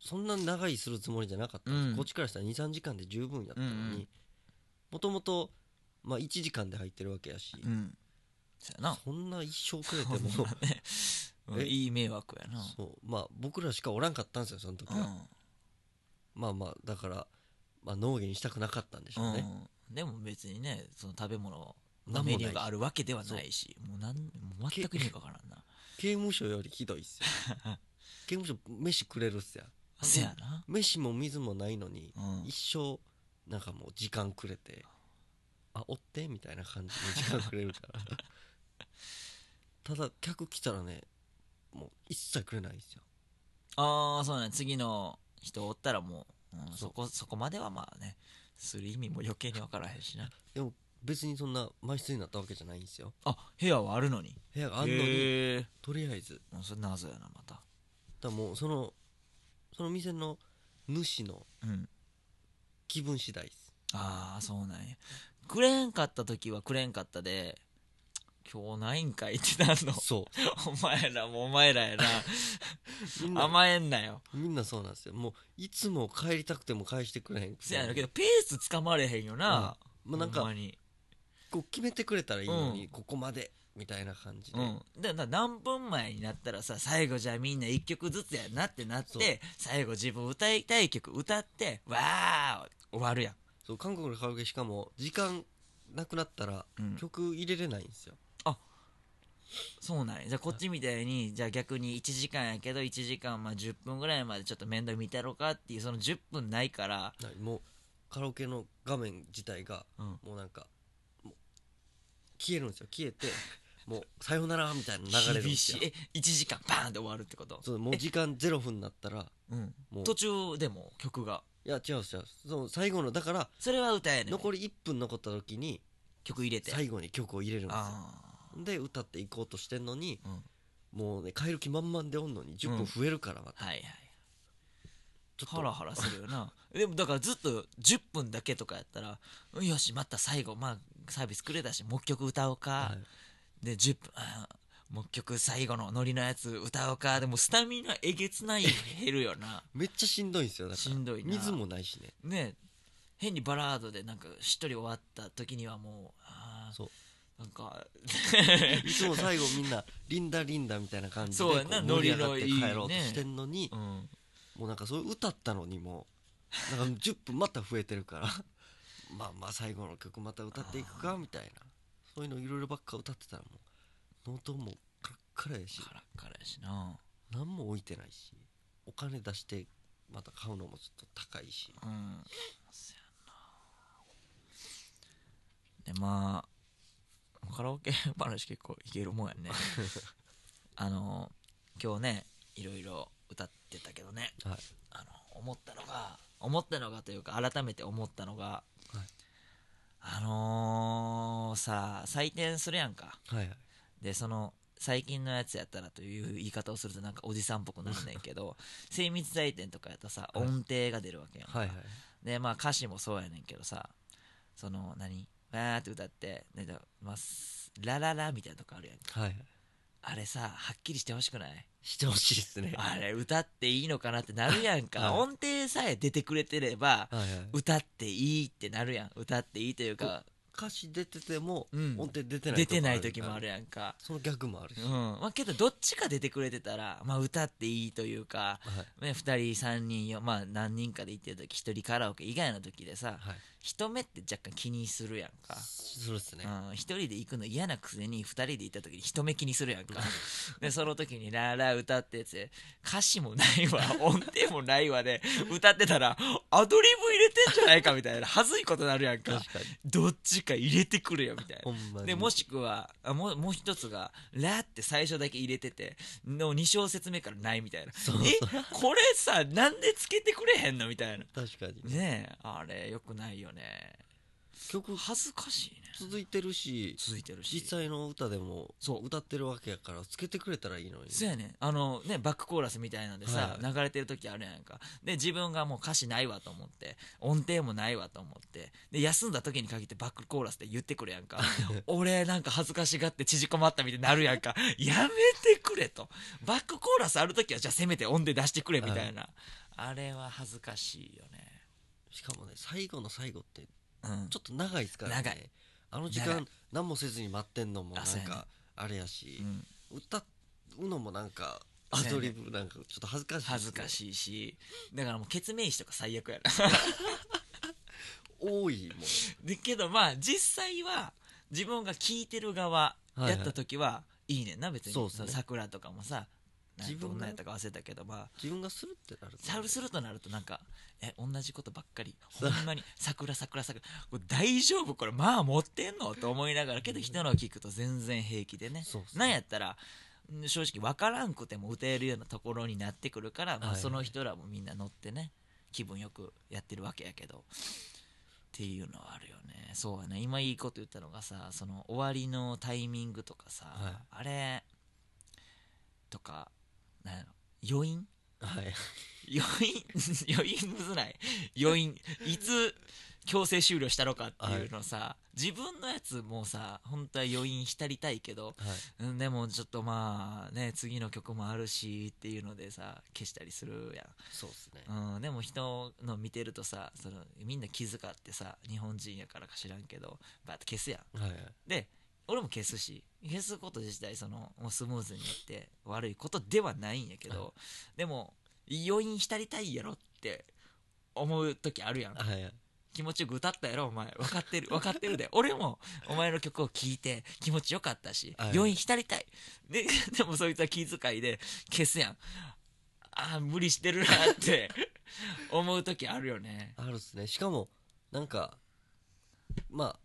B: そんな長いするつもりじゃなかったんです、
A: うん
B: こっちからしたら23時間で十分やったの
A: うんう
B: に
A: ん
B: もともとまあ1時間で入ってるわけやし、
A: うんそやな
B: そんな一生くれて
A: ほん
B: も
A: まねうん
B: え
A: いい迷惑やな
B: そうまあ僕らしかおらんかったんですよその時
A: うん
B: は、まあまあだから、まあ、農にしたくなかったんでしょうね、
A: うんでも別にねその食べ物の
B: 何もな
A: メ
B: い
A: ニューがあるわけではないしもうなんもう全く意味がわからんな
B: 刑務所よりひどい っすよ刑務所飯くれるっすやけ
A: そやな
B: 飯も水もないのに、
A: うん
B: 一生なんかもう時間くれてあおってみたいな感じの時間くれるからただ客来たらねもう一切くれないんですよ
A: ああそうね次の人おったらもううん
B: そう
A: そこそこまではまあねする意味も余計にわからへんしな
B: でも別にそんな満室になったわけじゃないんですよ
A: あ部屋はあるのに
B: 部屋があんのに
A: へえ
B: とりあえず
A: うんそれ謎やなまた
B: だからもうそのその店の主の
A: うん
B: 気分次第です
A: ああそうなんやくれんかった時はくれんかったで今日ないんかいってなんの
B: そ
A: お前らもお前ら や
B: うみん
A: な
B: な
A: 甘えんなよ
B: みんなそうなんですよもういつも帰りたくても返してくれへんく
A: せ
B: せに
A: やねんけどペースつかまれへんよな、
B: うんまあなんか
A: ほんまに
B: こう決めてくれたらいいのに、
A: うん
B: ここまでみたいな感じで、
A: うん、だから何分前になったらさ最後じゃあみんな1曲ずつやなってなっ
B: そう
A: て最後自分歌いたい曲歌ってわー終わるやん
B: そう韓国のカラオケしかも時間なくなったら
A: うん
B: 曲入れれないんですよ、
A: そうなんやじゃあこっちみたいにじゃあ逆に1時間やけど1時間まあ10分ぐらいまでちょっと面倒見たろかっていうその10分ないから、
B: ないもうカラオケの画面自体が
A: うん、
B: もうなんかもう消えるんですよ消 えてもうさよならみたいな流れるんで
A: 厳
B: す
A: し
B: よ
A: いえ1時間バーンって終わるってこと
B: そうもう時間0分になったら
A: うん
B: もう
A: 途中でも曲が
B: いや違う違うその最後のだから
A: それは歌えねん
B: 残り1分残った時に
A: 曲入れて
B: 最後に曲を入れるんですよ
A: あ
B: で歌っていこうとしてんのに
A: うんはい
B: もうね帰る気満々でおんのに10分増えるからまた
A: はい
B: ちょっと
A: ハラハラするよな でもだからずっと10分だけとかやったら「よしまた最後まあサービスくれたしもう一曲歌おうか」
B: はい
A: で10分あもう一曲最後のノリのやつ歌おうかでもスタミナえげつない減るよ な
B: めっちゃしんどいんですよだから
A: しんどいな
B: 水もないしね
A: ね変にバラードでなんか一人終わった時にはもうあー
B: そう
A: なんか
B: いつも最後みんな「リンダリンダ」みたいな感じで
A: そう
B: こ
A: やな
B: う盛り上がっ
A: ノ
B: て
A: リのいいね
B: 帰ろうとしてんのに
A: うん
B: もうなんかそういう歌ったのにもうなんか10分また増えてるから まあまあ最後の曲また歌っていくかみたいなそういうのいろいろばっか歌ってたらもう喉もカラッカラやし
A: カラッカラやしな
B: 何も置いてないしお金出してまた買うのもちょっと高いし
A: うんそやなでまあカラオケ話結構いけるもん やねあの今日ねいろいろ歌ってたけどね
B: はい
A: あの思ったのが思ったのがというか改めて思ったのが、
B: はい
A: あのーさ採点するやんか
B: はいはい
A: でその最近のやつやったらという言い方をするとなんかおじさんっぽくなるねんけ ど精密採点とかやったらさ
B: はい
A: 音程が出るわけやんか、
B: はいはい
A: でまあ歌詞もそうやねんけどさその何バーって歌って、ねだますラララみたいなとこあるやんか
B: はいはい
A: あれさはっきりしてほしくない
B: してほしいですねは
A: あれ歌っていいのかなってなるやんか、
B: はい
A: 音程さえ出てくれてれば
B: いはい
A: 歌っていいってなるやん歌っていいというか、
B: 歌詞出てても
A: うん
B: 音程出てない
A: 出てない時もある
B: や
A: やんか、
B: その逆もあるし
A: うんまあ、けどどっちか出てくれてたら、まあ、歌っていいというか、
B: はい
A: ね、2人3人よ、まあ、何人かで行ってる時1人カラオケ以外の時でさ
B: はい
A: 人目って若干気にするやんか。
B: そうですね
A: うん、1人で行くの嫌なくせに2人で行った時に人目気にするやんか でその時に「ララ」歌ってやつで歌詞もない わ音程もないわで歌ってたらアドリブ入れてんじゃないかみたいな恥ずいことなるやんか
B: 確かに
A: どっちか入れてくれよみたい
B: ほ
A: なん
B: まに
A: でもしくはあもうもう一つが「ラ」って最初だけ入れてての2小節目からないみたいな
B: そうそう
A: えこれさなんでつけてくれへんのみたいな
B: 確かにね
A: ねえあれよくないよね
B: 曲
A: 恥ずかしいね
B: 続いてるし
A: 続いてるし
B: 実際の歌でも
A: そう
B: 歌ってるわけやからつけてくれたらいいのに
A: そうやねんあのねバックコーラスみたいなんでさ、
B: はいは
A: 流れてる時あるやんかで自分がもう歌詞ないわと思って音程もないわと思ってで休んだ時に限ってバックコーラスで言ってくるやん か俺なんか恥ずかしがって縮こまったみたいになるやんか やめてくれとバックコーラスある時はじゃあせめて音程出してくれみたいな、あれは恥ずかしいよね
B: しかもね最後の最後って
A: うん
B: ちょっと長いですから
A: 長い
B: ねあの時
A: 長い
B: 間何もせずに待ってんのもな
A: あそうんやね
B: かあれやし
A: うん
B: 歌うのもなんか
A: そ
B: ア
A: うやね
B: ドリブなんかちょっと恥ずかしい
A: 恥ずかしいしだからもうケツメイシとか最悪やな
B: 多いもん
A: でけどまあ実際は自分が聞いてる側
B: いはい
A: やった時はいいねんな別に
B: そうっすね
A: の桜とかもさなんか
B: 自分が
A: どんなんやったか忘れたけどまあ
B: 自分がするってなると
A: サウルするとなるとなんかえ同じことばっかりほんま に桜桜桜これ大丈夫これまあ持ってんのと思いながらけど人のを聞くと全然平気でね
B: そうっすね
A: なんやったらん正直分からんくても歌えるようなところになってくるから、ま
B: はい
A: あ、
B: はい
A: その人らもみんな乗ってね気分よくやってるわけやけどっていうのはあるよねそうやね今いいこと言ったのがさその終わりのタイミングとかさ、
B: はい
A: あれとかなんやろ余韻
B: はい
A: 余韻 余韻むずない余韻いつ強制終了したのかっていうのさ、自分のやつもさ本当は余韻浸りたいけど
B: はい
A: うんでもちょっとまあね次の曲もあるしっていうのでさ消したりするやん
B: そうですね
A: うん、でも人の見てるとさそのみんな気遣ってさ日本人やからか知らんけどバーって消すやん
B: はいはい
A: で俺も消すし消すこと自体そのもうスムーズにやって悪いことではないんやけどでも余韻浸りたいやろって思う時あるやん
B: はいはい
A: 気持ちよく歌ったやろお前分かってる分かってるで 俺もお前の曲を聴いて気持ちよかったし
B: はい
A: 余韻浸りたいで でもそいつは気遣いで消すやんああ無理してるなって 思う時あるよね
B: あるっすねしかもなんかまあ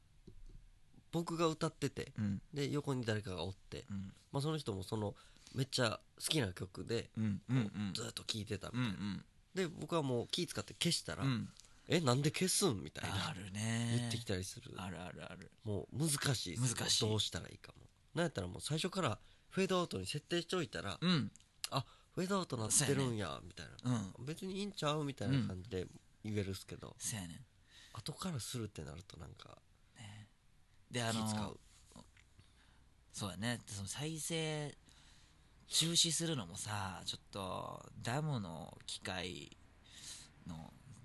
B: 僕が歌ってて
A: うん
B: で横に誰かがおって、
A: うん
B: まあ、その人もそのめっちゃ好きな曲で
A: うんうんうん
B: ずっと聴いてたみた
A: う
B: い
A: ん
B: な、で僕はもう気使って消したら「
A: うんうん
B: えなんで消すん?」みたいな
A: あるね
B: 言ってきたりする
A: あるあるある
B: もう難しいっす
A: 難しい
B: どうしたらいいかもなんやったらもう最初からフェードアウトに設定しておいたら
A: うん
B: フェードアウトなってるんやみたいな
A: うん
B: 別にいいんちゃうみたいな感じで言えるっすけど
A: そやねん
B: 後からするってなるとなんか
A: で
B: 気
A: あの
B: 使う
A: そうやねその再生中止するのもさちょっとダムの機械の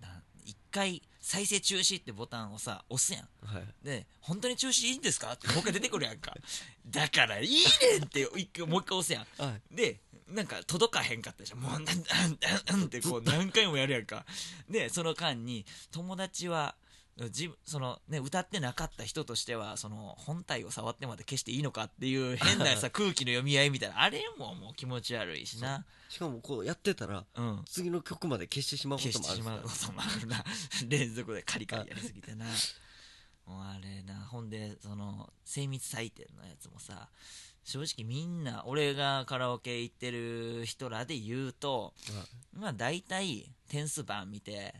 A: な一回再生中止ってボタンをさ押すやん
B: はい
A: で本当に中止いいんですかってもう一回出てくるやんか だからいいねんって一回もう一回押すやん
B: はい
A: でなんか届かへんかったでしょもうなんなんなん なんってこう何回もやるやんかでその間に友達はじそのね、歌ってなかった人としてはその本体を触ってまで消していいのかっていう変な さ空気の読み合いみたいなあれももう気持ち悪いしな
B: しかもこうやってたら
A: うん
B: 次の曲まで消してしまうこ
A: 消
B: と
A: し
B: も
A: て
B: ある
A: し
B: んです
A: ま
B: よ
A: うこともあるな連続でカリカリやりすぎてなもうあれなほんでその精密採点のやつもさ正直みんな俺がカラオケ行ってる人らで言うと
B: はい
A: まあ大体点数版見て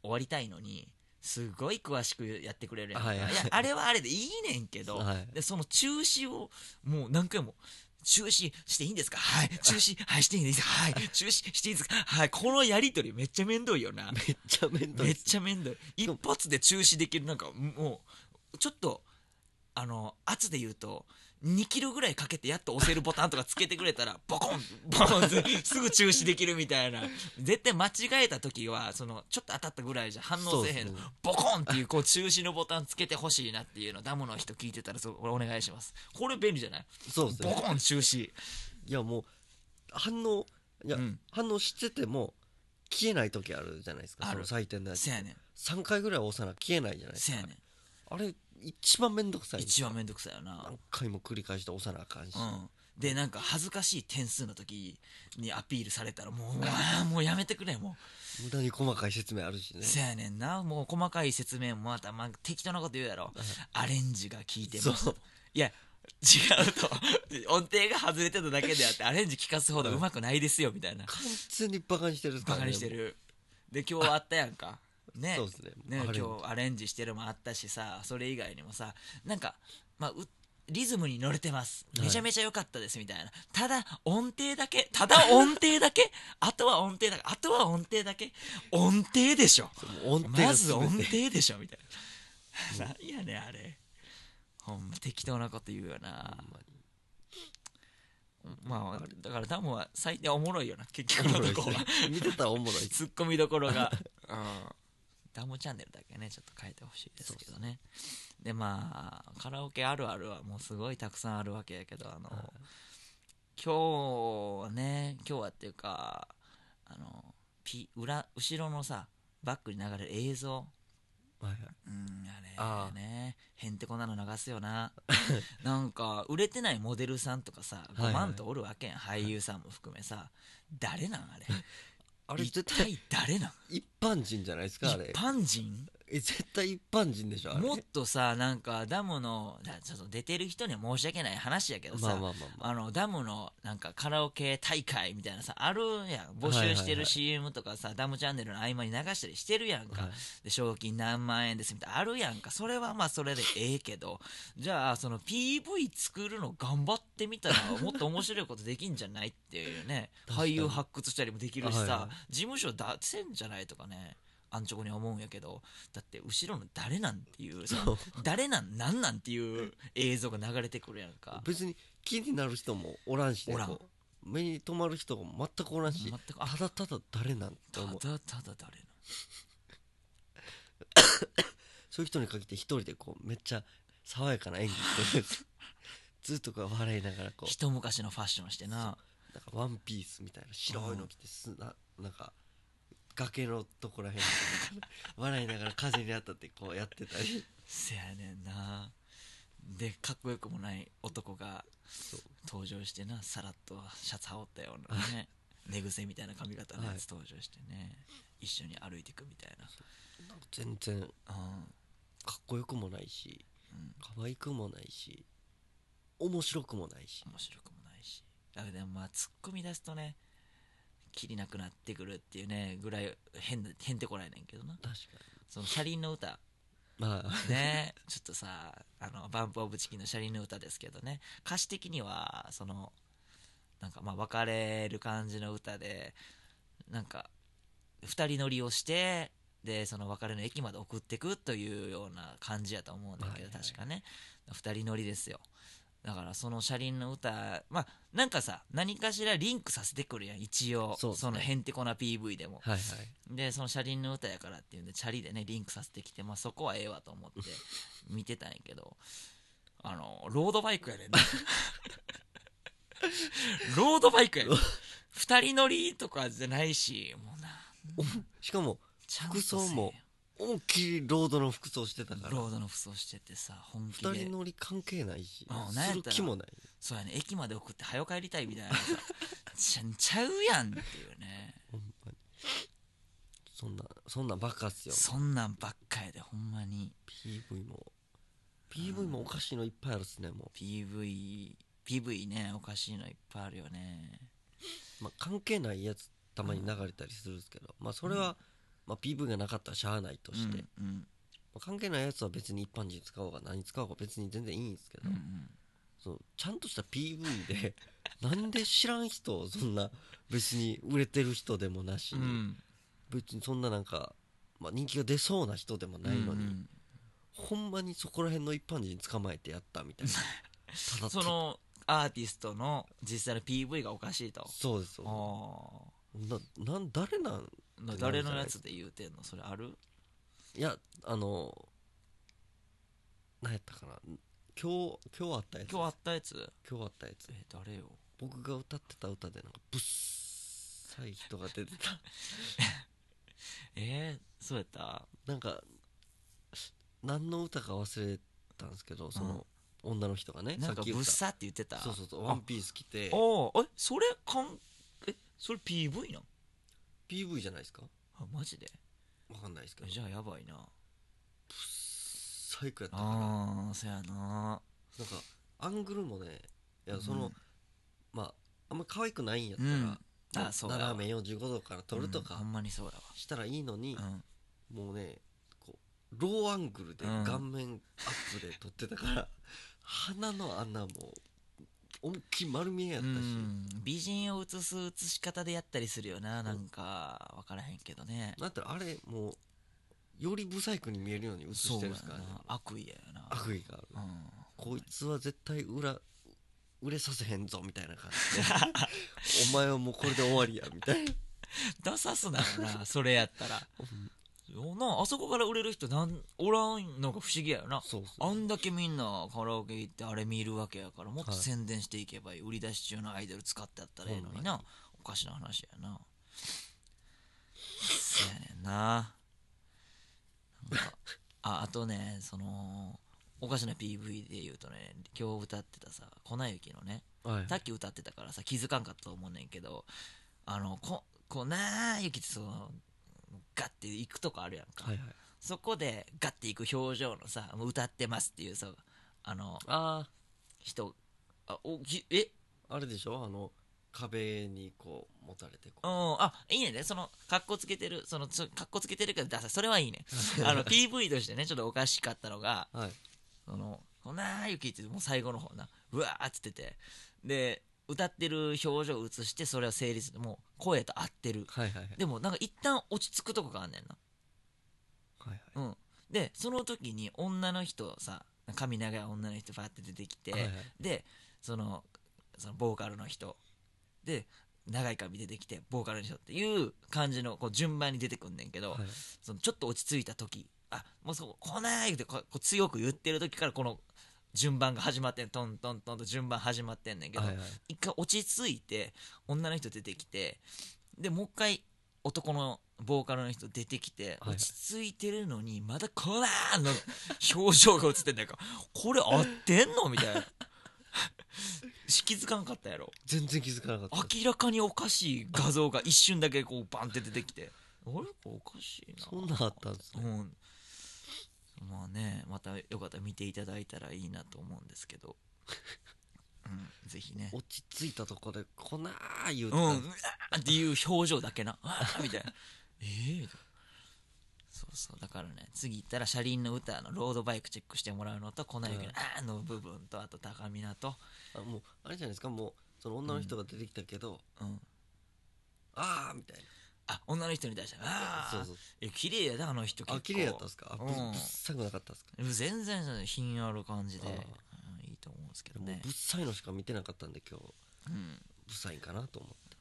A: 終わりたいのにすごい詳しくやってくれるやんか、
B: はいいはい
A: やあれはあれでいいねんけど、
B: はい
A: でその中止をもう何回も中止していいんですかはい中止はいしていいんですかはい中止していいですかはいこのやり取りめっちゃめんどいよな
B: めっちゃ面倒
A: め
B: で
A: っ
B: す
A: ちゃめんどい
B: しかも
A: 一発で中止できるなんかもうちょっとあの圧で言うと2キロぐらいかけてやっと押せるボタンとかつけてくれたらボコンボ コンってすぐ中止できるみたいな絶対間違えた時はそのちょっと当たったぐらいじゃ反応せえへんの、
B: そうですね
A: ボコンっていうこう中止のボタンつけてほしいなっていうのダムの人聞いてたらそうこれお願いしますこれ便利じゃない
B: そうです
A: ボ
B: ね
A: コン中止
B: いやもう反応いや
A: うん
B: 反応してても消えない時あるじゃないです
A: あ
B: かそ
A: る
B: の採点のやつ
A: せやねん
B: 3回ぐらい押さな消えないじゃないです
A: せ
B: か
A: やねん
B: あれ一番面倒くさい
A: 一番めんどくさいよな
B: 何回も繰り返して押さなあかんし
A: うん、でなんか恥ずかしい点数の時にアピールされたらもううわーもうやめてくれも
B: 無駄に細かい説明あるし
A: う、
B: ね
A: せやねんなもう細かい説明もまた、まあ、適当なこと言うやろアレンジが効いてます
B: そう
A: いや違うと 音程が外れてただけであってアレンジ聞かすほどうまくないですよみたいな
B: 完全にバカにしてるっすか
A: バ
B: らね
A: カにしてるで今日あったやんかね
B: そうですね
A: ね
B: あれ
A: 今日アレンジしてるもあったしさそれ以外にもさなんか、まあ、うリズムに乗れてます
B: はい
A: めちゃめちゃ良かったですみたいな、ただ音程だけただ音程だけ あとは音程だけあとは音程だけ音程でしょ
B: もう音程
A: ま
B: が
A: ず音
B: 全
A: 程
B: て
A: でしょみたいな なんやねんあれほんま適当なこと言うよな
B: ほんまに
A: まあだからダムは最低おもろいよな結
B: お
A: 局
B: もろ
A: の
B: いっ
A: とこは
B: すね 見てたらお もろいっす
A: ツッコミどころが、うん、ダムチャンネルだけねちょっと変えてほしいですけどねでまあカラオケあるあるはもうすごいたくさんあるわけやけどあの、今日はね今日はっていうかあのピ裏後ろのさバックに流れる映像
B: はいはい
A: うんあ
B: あ
A: れねへんてこなの流すよな なんか売れてないモデルさんとかさ
B: いは
A: 5
B: い
A: 万とおるわけやん、俳優さんも含めさ誰なんあれ
B: あれ絶
A: 一
B: 対
A: 体誰なん
B: 一般人じゃないですかあれ
A: 一般人
B: え絶対一般人でしょあれ
A: もっとさなんかダムのだちょっと出てる人には申し訳ない話やけどさ、
B: まあまあまあまあ
A: あのダムのなんかカラオケ大会みたいなさあるやん募集して
B: はいはいは
A: る
B: い
A: CM とかさ、ダムチャンネルの合間に流したりしてるやんか、
B: はい
A: で賞金何万円ですみたいなあるやんかそれはまあそれでええけどじゃあその PV 作るの頑張ってみたらもっと面白いことできんじゃないっていうね
B: 確か
A: 俳
B: に
A: 優発掘したりもできるしさ、
B: はいは
A: 事務所出せんじゃないとかね安直に思うんやけどだって後ろの誰なんっていうさ
B: そう
A: 誰なんなんなんっていう映像が流れてくるやんか
B: 別に気になる人もおらんしね
A: おらん
B: こう目に留まる人も全くおらんし
A: 全くあ
B: ただただ誰なんて
A: ただ
B: 思う
A: ただ誰なん
B: そういう人に限って一人でこうめっちゃ爽やかな演技してる ずっとこう笑いながらこう
A: 一昔のファッションしてな
B: なんかワンピースみたいな白いの着てすななんか崖のとこらへん笑いながら風に当たってこうやってたり
A: せやねんなでかっこよくもない男が登場してなさらっとシャツ羽織ったようなね寝癖みたいな髪型のやつ登場してね、一緒に歩いていくみたい
B: なんか 全然か
A: な、
B: っこよくもないし
A: うんうん、
B: 可愛くもないし面白くもないし
A: 面白くもないしだけどまあ突っ込み出すとねきりなくなってくるっていうねぐらい変なへんてこらいねんけどな
B: 確か
A: その車輪の歌
B: まあ
A: ねちょっとさあのバンプ・オブ・チキンの車輪の歌ですけどね歌詞的にはそのなんかまあ別れる感じの歌でなんか2人乗りをしてでその別れの駅まで送ってくというような感じやと思うんだけど、
B: はいはい
A: 確かね2人乗りですよだからその車輪の歌まあなんかさ何かしらリンクさせてくるやん一応
B: そうですね
A: そのへんてこな PV でも
B: はいはい
A: でその車輪の歌やからっていうんでチャリでねリンクさせてきて、まあ、そこはええわと 思って見てたんやけどあのロードバイクやねん なロードバイクやねん二人乗りとかじゃないしもうな
B: しかも
A: ちゃんと
B: 服装
A: せえ
B: も
A: よ
B: 大きいロードの服装してたから
A: ロードの服装しててさ本気
B: 二
A: で
B: 人乗り関係ないし
A: うんなんや
B: す
A: った
B: る
A: ら
B: 気もない
A: そうやね駅まで送って早帰りたいみたいなさち ゃちゃうやんっていうね
B: ほんまにそんなそんなバカっすよ
A: そんなんばっかやでほんまに
B: PV も PV もおかしいのいっぱいあるっすねも
A: PV PV ねおかしいのいっぱいあるよね
B: う、まあ、関係ないやつたまに流れたりするんですけど、まあ、それは、まあ、PV がなかったらしゃあないとして、ま
A: うんうん
B: あ関係ないやつは別に一般人使おうが何使おうが別に全然いいんですけど、
A: うんうん
B: そのちゃんとした PV でなんで知らん人をそんな別に売れてる人でもなし
A: う
B: に、
A: ん、
B: 別にそんななんか、まあ、人気が出そうな人でもないのに、
A: うん
B: ほんまにそこら辺の一般人捕まえてやったみた いなただ
A: そのアーティストの実際の PV がおかしいと
B: そうですそう
A: あ
B: ななん誰なん
A: あ誰のやつで言うてんのそれある
B: いやあの何やったかな今日今日あったやつ
A: 今日あったやつ
B: 今日あったやつ
A: え誰よ
B: 僕が歌ってた歌でなんかぶっさい人が出てた
A: えー、そうやった
B: なんか何の歌か忘れたんですけどその、女の人がね
A: なんか
B: さっき
A: ぶ
B: 言
A: っ
B: った
A: さって言ってた
B: そうそうそうワンピース着て
A: ああえそれかんえそれ PV なん
B: PV じゃないですか
A: あマジで
B: わかんないですけ
A: え
B: ど
A: じゃあやばいな
B: 最高やったからなんか
A: ああそやな
B: アングルもねいやその、
A: うん
B: まああんま可愛くないんやったら、
A: うんあそうやわ
B: 斜め45度から撮ると
A: うんほ
B: か
A: んまにそうや
B: したらいいのに、
A: わうん
B: もうねこうローアングルで
A: うん
B: 顔面アップで撮ってたから、鼻の穴も思いっきり丸見えやったし、
A: うん美人を映す映し方でやったりするよななんか分からへんけどね
B: なんやったらあれもうよりブサイクに見えるように映
A: そう
B: して
A: や
B: るっすからね
A: な悪意やよな
B: 悪意がある、
A: うん
B: こいつは絶対裏売れさせへんぞみたいな感じでお前はもうこれで終わりやみたいな
A: 出さすなよなそれやった らそうなあそこから売れる人なんおらんのが不思議やよな
B: そうそう
A: あんだけみんなカラオケ行ってあれ見るわけやからもっと
B: はい
A: 宣伝していけばいい、売り出し中のアイドル使ってやったらええのになおかしな話やなそやねんななんかああとねそのおかしな PV で言うとね今日歌ってたさ粉雪のね
B: はい
A: さっき歌ってたからさ気づかんかったと思うねんけどあのここうなあゆきってそのガッていくとこあるやんか、
B: はいはい
A: そこでガッていく表情のさもう歌ってますっていうさあの
B: あ
A: 人あおきえ
B: ああれでしょあの壁にこう持たれて
A: うん
B: こ
A: あいいねんねその格好つけてるそのちょ格好つけてるけどダサいそれはいいねんあの PV としてねちょっとおかしかったのが
B: うはい
A: その「こんな雪」ってもう最後の方なうわーっつっててで歌ってる表情を映してそれを成立するもう声と合ってる
B: はいはいはい
A: でもなんか一旦落ち着くとこがあんねんな
B: はいはい
A: うんでその時に女の人さ髪長い女の人バーって出てきて、
B: はいはい
A: でそのそのボーカルの人で長い髪出てきてボーカルの人っていう感じのこう順番に出てくんねんけど、
B: はい
A: そのちょっと落ち着いた時あもうそう来ないってこうこう強く言ってる時からこの順番が始まってんトントントンと順番始まってんねんけど、
B: はいはい
A: 一回落ち着いて女の人出てきてでもう一回男のボーカルの人出てきて、
B: はいはい
A: 落ち着いてるのにまだ「こら!」の表情が映ってんだよこれ合ってんのみたいなし気づかんかったやろ
B: 全然気づかなかった
A: 明らかにおかしい画像が一瞬だけこうバンって出てきてあれこれおかしいな
B: そんなんあったんです
A: う
B: ね
A: んまあねまたよかったら見ていただいたらいいなと思うんですけど、うん、ぜひね
B: 落ち着いたとこでこなー言う
A: う
B: て
A: ん、う
B: た
A: わーっていう表情だけな、うわーみたいな。ええみたいなそうそうだからね次行ったら車輪の歌のロードバイクチェックしてもらうのと粉雪の
B: うん
A: 「あー」の部分とあと高見菜と
B: あもうあれじゃないですかもうその女の人が出てきたけど、
A: うん
B: ああみたい
A: あ女の人に対して「
B: な
A: あ
B: そう
A: あ
B: そう
A: え綺麗やであの人結構
B: あ綺麗だったんですかあぶぶ
A: うん
B: っさくなかったですか
A: 全然全然品ある感じで、
B: あー
A: うんいいと思うんですけど
B: もう
A: ね
B: ぶっさいのしか見てなかったんで今日
A: うん
B: ぶっさいんかなと思って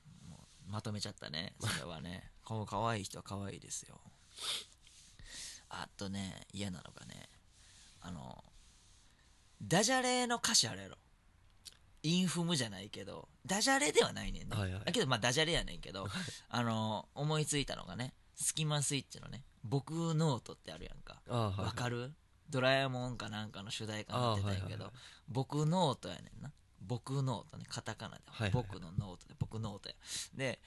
A: まとめちゃったねそれはねこの可愛い人は可愛いですよあとね嫌なのがねあのダジャレの歌詞あるやろインフムじゃないけどダジャレではないねんね、
B: はいはい
A: だけどまあダジャレやねんけどあの思いついたのがねスキマスイッチのね僕ノートってあるやんか
B: ああ
A: わかるドラえもんかなんかの主題歌になってたんやけど、
B: あはいはいはい
A: 僕ノートやねんな僕ノートねカタカナで、
B: はいはいはい
A: 僕のノートで僕ノートやで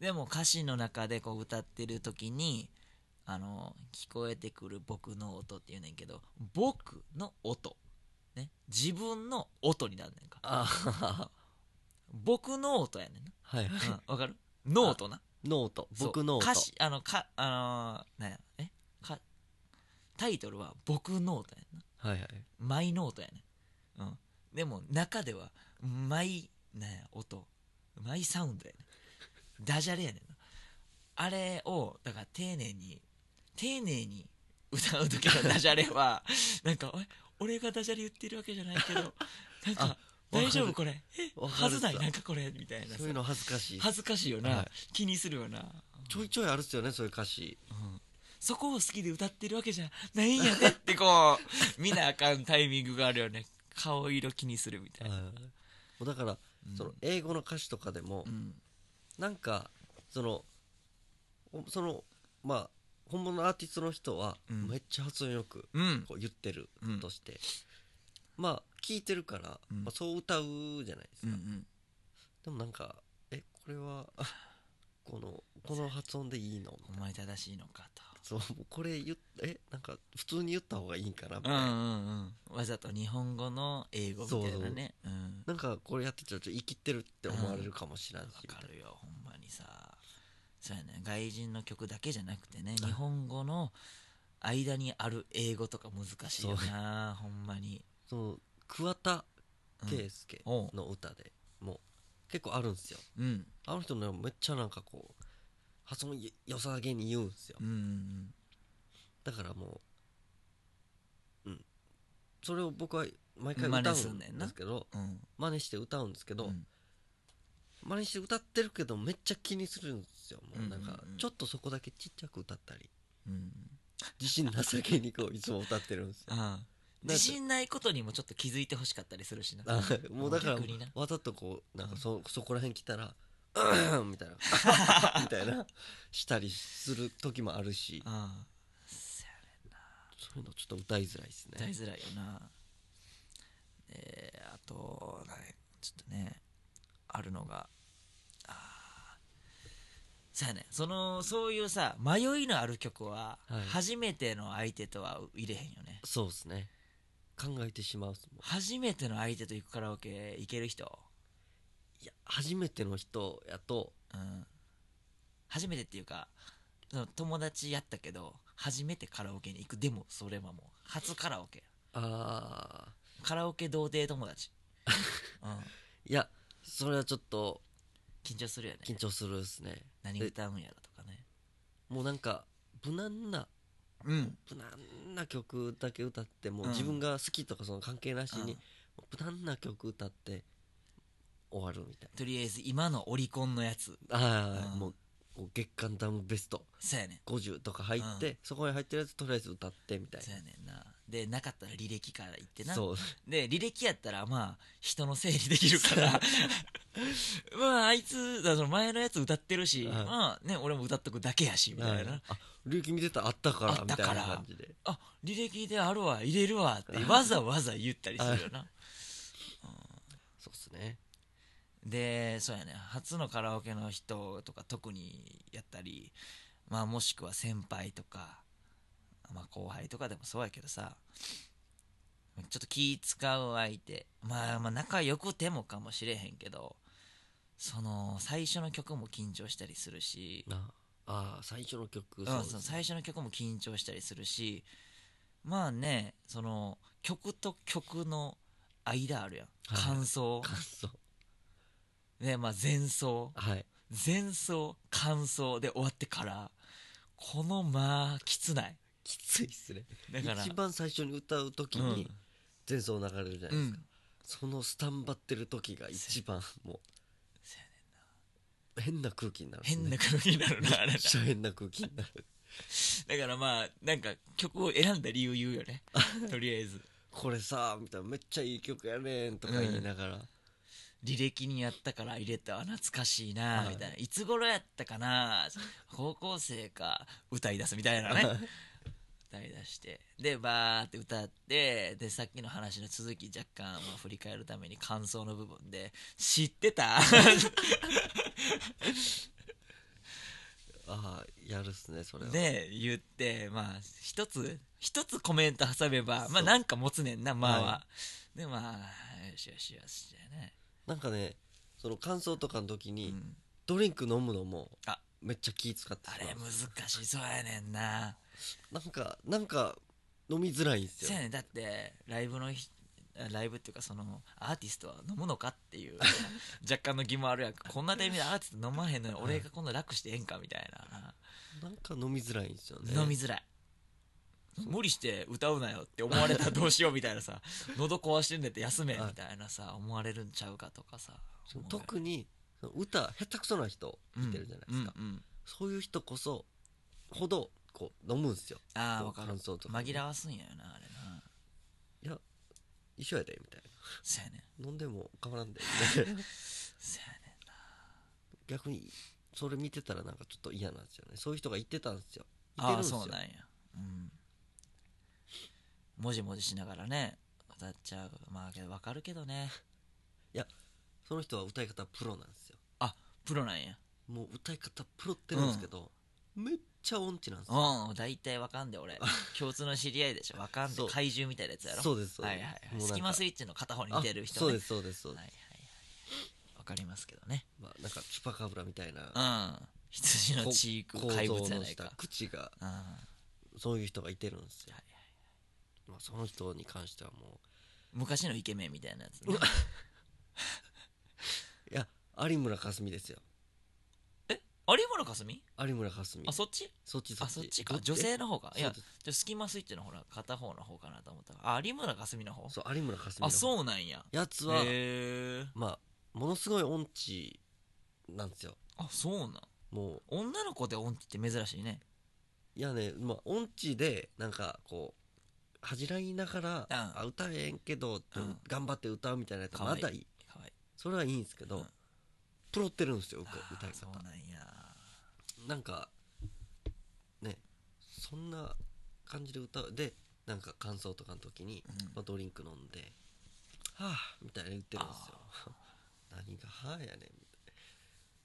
A: でも歌詞の中でこう歌ってる時にあの聞こえてくる僕の音っていうねんけど僕の音ね自分の音になんねんか
B: ああ
A: 僕の音やねんな
B: はいはい、
A: うんわ、 かるノートな
B: ノート
A: そう
B: 僕ノート
A: 歌詞あのかあのーなんやえかタイトルは僕ノートやねんな
B: はいはい
A: マイノートやねうんでも中ではマイなんや音マイサウンドやねダジャレやねんなあれをだから丁寧に丁寧に歌う時 のダジャレはなんかえ俺がダジャレ言ってるわけじゃないけどなんか大丈夫これえ
B: わか
A: は
B: る
A: ずないなんかこれみたいなさ
B: そういうの恥ずかしい
A: 恥ずかしいよな、
B: はい
A: 気にするよな、
B: ちょいちょいあるっすよねそういう歌詞
A: うんそこを好きで歌ってるわけじゃないんやでってこ う見なあかんタイミングがあるよね顔色気にするみたいな、
B: もうだから、
A: うん
B: その英語の歌詞とかでも、
A: うん
B: なんかそのおそのまあ本物のアーティストの人は
A: うん
B: めっちゃ発音よく
A: うん
B: こう言ってる
A: うん
B: として、まあ聞いてるから、
A: うん
B: まあ、そう歌うじゃないです
A: う
B: か、
A: んうん
B: でもなんかえこれは あこのこの発音でいいの
A: お前正しいのかと
B: そうもうこれ言っえなんか普通に言った方がいいんかなみた
A: う
B: い
A: んう
B: な、
A: んうんわざと日本語の英語みたいなねうん
B: なんかこれやってちょっと生きてるって思われるかもしれないし、
A: わかるよほんまにさそうやね外人の曲だけじゃなくてね日本語の間にある英語とか難しいよなほんまに、
B: その桑田
A: うん
B: 佳祐
A: おう
B: の歌でもう結構あるんですよ
A: うん
B: あの人のめっちゃなんかこう発音よ良さげに言うんですよ
A: うんうん
B: だからもううんそれを僕は毎回
A: 真
B: 歌
A: 似
B: う
A: すん
B: ん
A: ねんな
B: ですけど
A: うんうん
B: 真似して歌うんですけど、
A: うん
B: 真似して歌ってるけどめっちゃ気にするんですよもうなん
A: うん
B: か
A: うんうん
B: ちょっとそこだけちっちゃく歌ったり
A: うん
B: 自信なさげにこういつも歌ってるんですよ
A: うん 自信ないことにもちょっと気づいてほしかったりするしな
B: あもうだから
A: 逆にな
B: わざとこうなんかそ,、そこら辺来たら 「うん」みたいな 「みたいなしたりする時もあるし
A: うんそやね
B: そういうのちょっと歌いづらいですね
A: 歌いづらいよなであとなんやちょっとねあるのがあーそやねそのそういうさ迷いのある曲は
B: はい
A: 初めての相手とは入れへんよね
B: そうですね考えてしまうっすもん
A: 初めての相手と行くカラオケ行ける人
B: いや初めての人やと
A: うん初めてっていうかその友達やったけど初めてカラオケに行くでもそれはもう初カラオケ
B: ああ
A: カラオケ童貞友 達、うん、
B: いやそれはちょっと
A: 緊張するよね
B: 緊張するですね
A: 何歌うんやろとかね
B: もうなんか無難な
A: うん
B: 無難な曲だけ歌ってもう
A: うん
B: 自分が好きとかその関係なしに、
A: うん
B: 無難な曲歌って終わるみたい
A: とりあえず今のオリコンのやつ
B: なああ、
A: うん
B: もうこう月間ダムベスト
A: そうやね
B: 50とか入って、
A: う
B: そこに入ってるやつとりあえず歌ってみたい
A: そうやねんなでなかったら履歴から行って
B: な
A: な
B: そう
A: で履歴やったらまあ人の整理できるから まああいつだからその前のやつ歌ってるし、
B: うん
A: まあね俺も歌っとくだけやしみたいな、
B: はいあルーキー見てたらあったか
A: あっ
B: らみ
A: た
B: たい
A: から
B: な感じで
A: あ履歴であるわ入れるわってわざわざ言ったりするよな
B: そうっすね
A: でそうやね初のカラオケの人とか特にやったりまあもしくは先輩とか、まあ、後輩とかでもそうやけどさちょっと気使う相手まあまあ仲良くてもかもしれへんけどその最初の曲も緊張したりするし
B: なああ最初の曲
A: うん
B: です
A: その最初の曲も緊張したりするしまあねその曲と曲の間あるやん、
B: はい
A: 感想
B: 感想
A: ねまあ前奏
B: はい
A: 前奏感想で終わってからこのまあきつない
B: きついっすね
A: だから
B: 一番最初に歌う時
A: うん
B: に前奏流れるじゃな
A: う
B: いですか、
A: ん
B: そのスタンバってる時が一番も
A: せやね
B: う変な空気になるんですね、
A: 変な空気になるなあれ
B: めっちゃ変な空気になる
A: だからまあなんか曲を選んだ理由言うよ ねとりあえず
B: これさみたいなめっちゃいい曲やねんとか言いながら、
A: 履歴にやったから入れたわ懐かしいな
B: はい
A: みたいな、い、つ頃やったかな高校生か歌い出すみたいなね歌い出してでバーって歌ってでさっきの話の続き若干、まあ、振り返るために感想の部分で「知ってた?
B: ああやるっすねそれ」は
A: で言ってまあ一つ一つコメント挟めばま
B: そ
A: あ
B: う
A: なんか持つねんなまあは、
B: は
A: でまあよしよしよしだよね、
B: なんかねその感想とかの時
A: う
B: に、
A: ん、
B: ドリンク飲むのも
A: あ
B: めっちゃ気使ってし
A: あ
B: ま
A: れ
B: う
A: 難しそうやねんな
B: なんかなんか飲みづらいんです
A: そうや
B: よ
A: ねだってライブのひライブっていうかそのアーティストは飲むのかって いう若干の疑問あるやんかこんなタイミングでアーティスト飲まへんのに俺がこんな楽してええんかみたいな、
B: なんか飲みづらいんですよね
A: 飲みづらい無理して歌うなよって思われたらどうしようみたいな さ喉壊してんねんって休めみ
B: はい
A: たいなさ思われるんちゃうかとかさ
B: その特にその歌下手くそな人いてるじゃないですか、
A: うんうんうん
B: そういう人こそほどこう飲むんですよ
A: ああ
B: こう
A: 分かる
B: 感想とか
A: 紛らわすんやよなあれない
B: や一緒やでみたい
A: そうやねん
B: な飲んでも変わらん でみたい
A: そ
B: な
A: うやね
B: 逆にそれ見てたらなんかちょっと嫌なんですよねそういう人が言ってたんですよ
A: ん
B: いてるん
A: ああ
B: ですよ
A: そうなんやうんもじもじしながらね歌っちゃうまあけどわかるけどね
B: その人は歌い方プロなんですよ
A: プロなんや
B: もう歌い方プロってるんですけど、めっちゃ音痴なんですよ
A: うん大体わかんで 俺共通の知り合いでしょわかんで
B: そう
A: 怪獣みたいなやつやろ
B: そうですそうです
A: はいはいはい
B: もうなん
A: ス
B: か
A: キマスイッチの片方に似てる人
B: あそう
A: ね
B: ですそうですそうで
A: はい
B: す、
A: はいはいわかりますけどね
B: まあ、なんかチュパカブラみたいな
A: うん羊のチーク
B: こ
A: 怪物じゃ
B: 構造の
A: ない
B: し
A: か
B: た口が
A: うんはい
B: そういう人がいてるんですよ、
A: はい
B: まあ、その人に関してはも
A: 昔のイケメンみたいなやつね
B: ういや有村架純ですよ
A: 有村架純
B: 有村架純
A: あそっち
B: そっちそっ
A: あ
B: ち
A: そっちか女性の方かい
B: いや
A: やじゃあスキマスイッチのほら片方の方かなと思ったからあ有村架純の方
B: そう有村架純
A: あ
B: の方
A: そうなんや
B: やつは
A: へえ
B: まあものすごい音痴なんですよ
A: あそうなん
B: もう
A: 女の子で音痴って珍しいね
B: いやねまあ音痴でなんかこう恥じらいながら、あ歌えんけどって、
A: うん
B: 頑張って歌うみたいなやつ
A: かわい
B: ま
A: い
B: だいい
A: かわいい
B: それはいいんですけど、
A: うん
B: プロってるんですよ歌
A: あ
B: 歌い
A: ーそう
B: 方
A: なんや
B: なんかねそんな感じで歌うでなんか感想とかの時に、
A: うん
B: まあ、ドリンク飲んで「はあ」みたいな言ってるんですよ 何が「はあ」やねん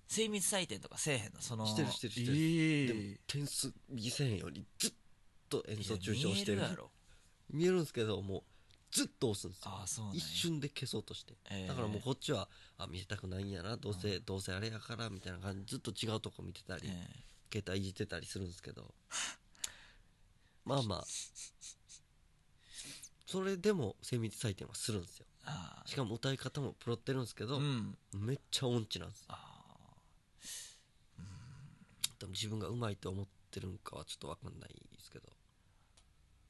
A: 精密採点とかせえへんのその
B: してるしてるしてるでも
A: る
B: 点数見せへんようにずっと演奏中傷してる
A: 見えやろ
B: 見えるんですけどもうずっと押すんですよ
A: あーそうなんや
B: 一瞬で消そうとして
A: えー
B: だからもうこっちはあ見せたくないんやなどうせ、どうせあれやからみたいな感じずっと違うとこ見てたり、
A: え
B: 携帯いじってたりするんですけ どまあまあそれでも精密採点はするんですよ
A: ーあー
B: しかも歌い方もプロってるんですけど、
A: うん
B: めっちゃ音痴なんです
A: あ
B: でも自分がうまいと思ってるんかはちょっとわかんないですけど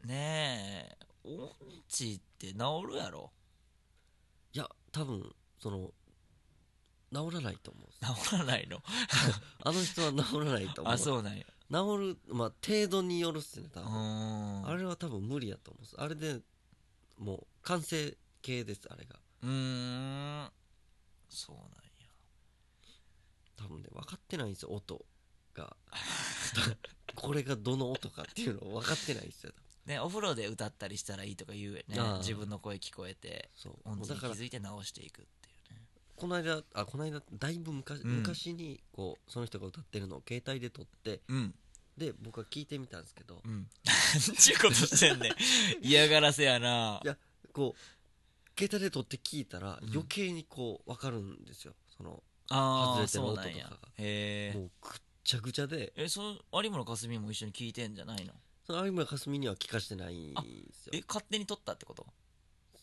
A: ーねえ音痴って治るやろ
B: いや多分その治らないと思う んです
A: 治らないの
B: あの人は治らないと思う
A: あそうなんや
B: 治るまあ程度によるっすね多
A: う
B: 分
A: ん
B: あれは多分無理やと思うんですあれでもう完成形ですあれが
A: うーんそうなんや
B: 多分ね分かってないんですよ音 が これがどの音かっていうのを分かってないんですよ
A: ね、お風呂で歌ったりしたらいいとか言うよね
B: ああ
A: 自分の声聞こえて
B: そう
A: 音
B: もう
A: 痴
B: だ
A: に気
B: から
A: づいて直していくっていうね
B: この間あこの間だいぶ昔,、
A: うん
B: 昔にこうその人が歌ってるのを携帯で撮って
A: うん
B: で僕は聞いてみたんですけど、
A: うんなんちゅうことしてん ねん嫌がらせやない
B: やこう携帯で撮って聞いたら
A: うん
B: 余計にこう分かるんですよその
A: ああ
B: 外れてる
A: そう
B: 音
A: なん
B: と
A: や
B: かが
A: へえ
B: もうくっちゃくちゃで
A: えその有村架純も一緒に聞いてんじゃないの
B: その有村架純には聞かしてないんですよ
A: え勝手に撮ったってこと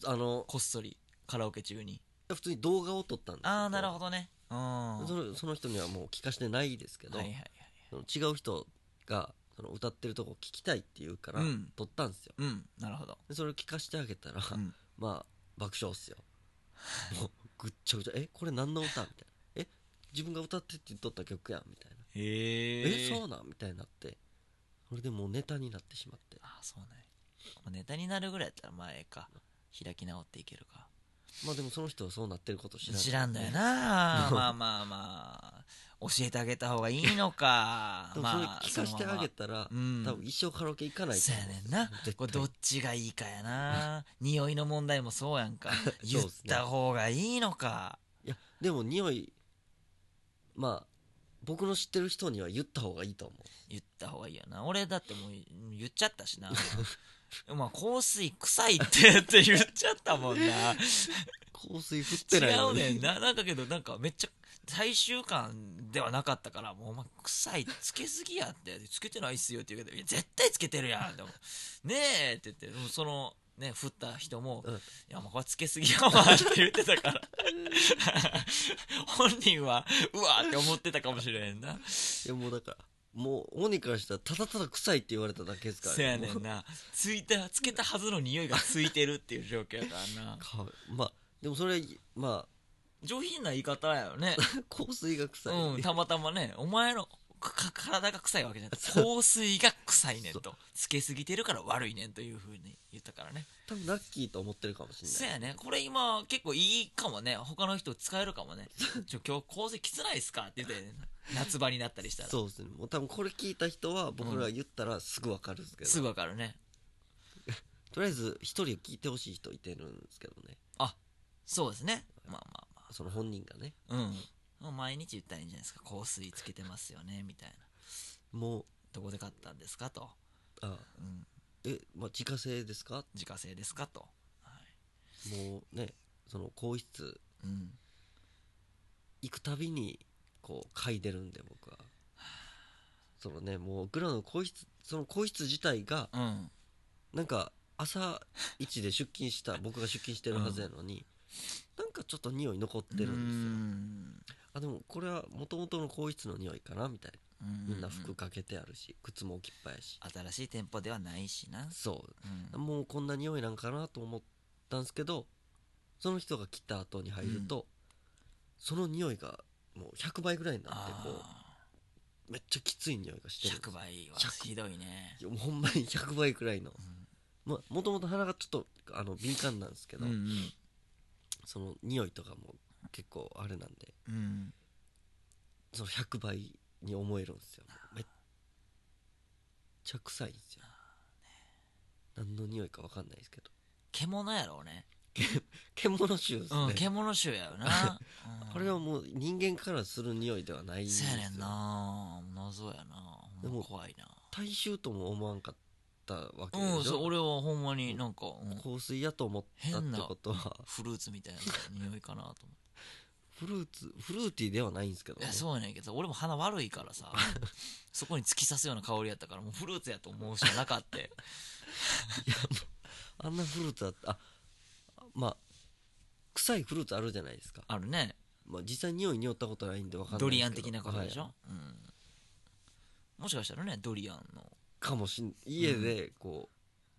B: あの
A: こっそりカラオケ中に
B: 普通に動画を撮ったんですけ
A: ああなるほどねうん
B: そ
A: は
B: のその人にはもう聞かしてないですけ
A: い
B: ど、
A: はいはい
B: その違う人がその歌ってるとこ聞きたいって言うから
A: うん
B: 撮ったんですよ、
A: うんなるほど
B: でそれを聞かしてあげたら、
A: うん
B: まあ爆笑 っすよもうぐっちゃぐちゃえこれ何の歌みたいなえ自分が歌ってって言っとった曲やんみたいな
A: へ
B: え
A: え
B: そうなんみたいになってそれでもうネタになってしまって
A: ああそうねまあネタになるぐらいやったらまあええか開き直っていけるか
B: まあでもその人はそうなってること知らん
A: 知らんだよ
B: ね
A: な まあまあまあ教えてあげた方がいいの か
B: でもそれ
A: まあ
B: 聞かしてあげ
A: た
B: たら、
A: うん
B: 多分一生カラオケ行かないと
A: そう
B: 思
A: や
B: う
A: ねんな
B: 絶
A: こ
B: 対
A: れどっちがいいかやな匂いの問題も そうやんか
B: そう
A: 言
B: っす
A: っ
B: ね
A: た方がいいのか
B: いやでも匂いまあ僕の知ってる人には言った方がいいと思う
A: 言った方がいいよな俺だってもう言っちゃったしな まあ香水臭いってって言っちゃったもんな
B: 香水振ってない
A: 違
B: の
A: う
B: に
A: ねんななんかけどなんかめっちゃ最終巻ではなかったからもうお前臭いつけすぎやってつけてないっすよって言うけどいや絶対つけてるやんでもねえって言ってでもそのね振った人も、
B: うん
A: いやもうこれつけすぎやわって言ってたから本人はうわーって思ってたかもしれへんない
B: やもうだからもう鬼からしたらただただ臭いって言われただけですから
A: そやね
B: も
A: ん
B: う
A: なついたつけたはずの匂いがついてるっていう状況やから な
B: かまあでもそれま
A: 上品な言い方やよね
B: あ香水が臭い、
A: うんたまたまねお前のかか体が臭いわ けじゃなくて香水が臭いねんとつけすぎてるから悪いねんというふうに言ったからね
B: 多分ラッキーと思ってるかもしれ
A: そ
B: ない
A: やねこれ今結構いいかもね他の人使えるかもねちょ今日香水きつないっすかって言って、 ね、夏場になったりしたら
B: そうですねもう多分これ聞いた人は僕ら言ったらすぐ分かるんですけど、
A: すぐわかるね
B: とりあえず一人聞いてほしい人いてるんですけどね
A: そうですねまあまあ
B: その本人がね
A: まあうん毎日言ったらいいんじゃないですか香水つけてますよねみたいな
B: もう
A: どこで買ったんですかと、
B: あ
A: うん、
B: え、まあ、自家製ですか
A: 自家製ですかと、は
B: もうねその更衣室
A: いうん、
B: 行くたびにこう嗅いでるんで僕はそのねもう僕らの更衣室その更衣室自体が
A: うん、
B: なんか朝一で出勤した僕が出勤してるはずやのに、なんかちょっと匂い残ってるんですよあでもこれは元々の更衣室の匂いかなみたい
A: うん
B: なみんな服かけてあるし靴も置きっぱやし
A: 新しい店舗ではないしな、
B: そう
A: うん
B: もうこんな匂いなんかなと思ったんですけどその人が来た後に入ると、その匂いがもう100倍ぐらいになってこ
A: あ
B: うめっちゃきつい匂いがして
A: ー
B: る
A: 100倍は
B: 100
A: ひどいね
B: いやもうほんまに100倍くらいの
A: ん、
B: まあ、もともと鼻がちょっとあの敏感なんですけど、
A: うん
B: その匂いとかも結構あれなんで
A: うん
B: その100倍に思えるんですよめっちゃ臭いんですよ何の匂いか分かんないですけど
A: 獣やろうね
B: 獣臭ですね、
A: うん獣臭やよな、うん、
B: これはもう人間からする匂いではないんです
A: そ
B: よ
A: やねんな謎やなほ
B: で
A: ん
B: も
A: ま怖いな
B: 大衆とも思わんかったわけでしょ
A: うんそう俺はほんまになんか、うん
B: 香水やと思ったってことは
A: フルーツみたいな匂いかなと思って
B: フルーツフルーティーではないんですけど、
A: い
B: ね
A: や、そうやねんけど俺も鼻悪いから さそこに突き刺すような香りやったからもうフルーツやと思うしかなかった
B: あんなフルーツあったあまあ臭いフルーツあるじゃないですか、
A: あるね
B: まあ、実際匂い匂ったことないんでわかんないですけど
A: ドリアン的なことでしょ、
B: はい
A: うん、もしかしたらねドリアンの
B: かもしん家でこ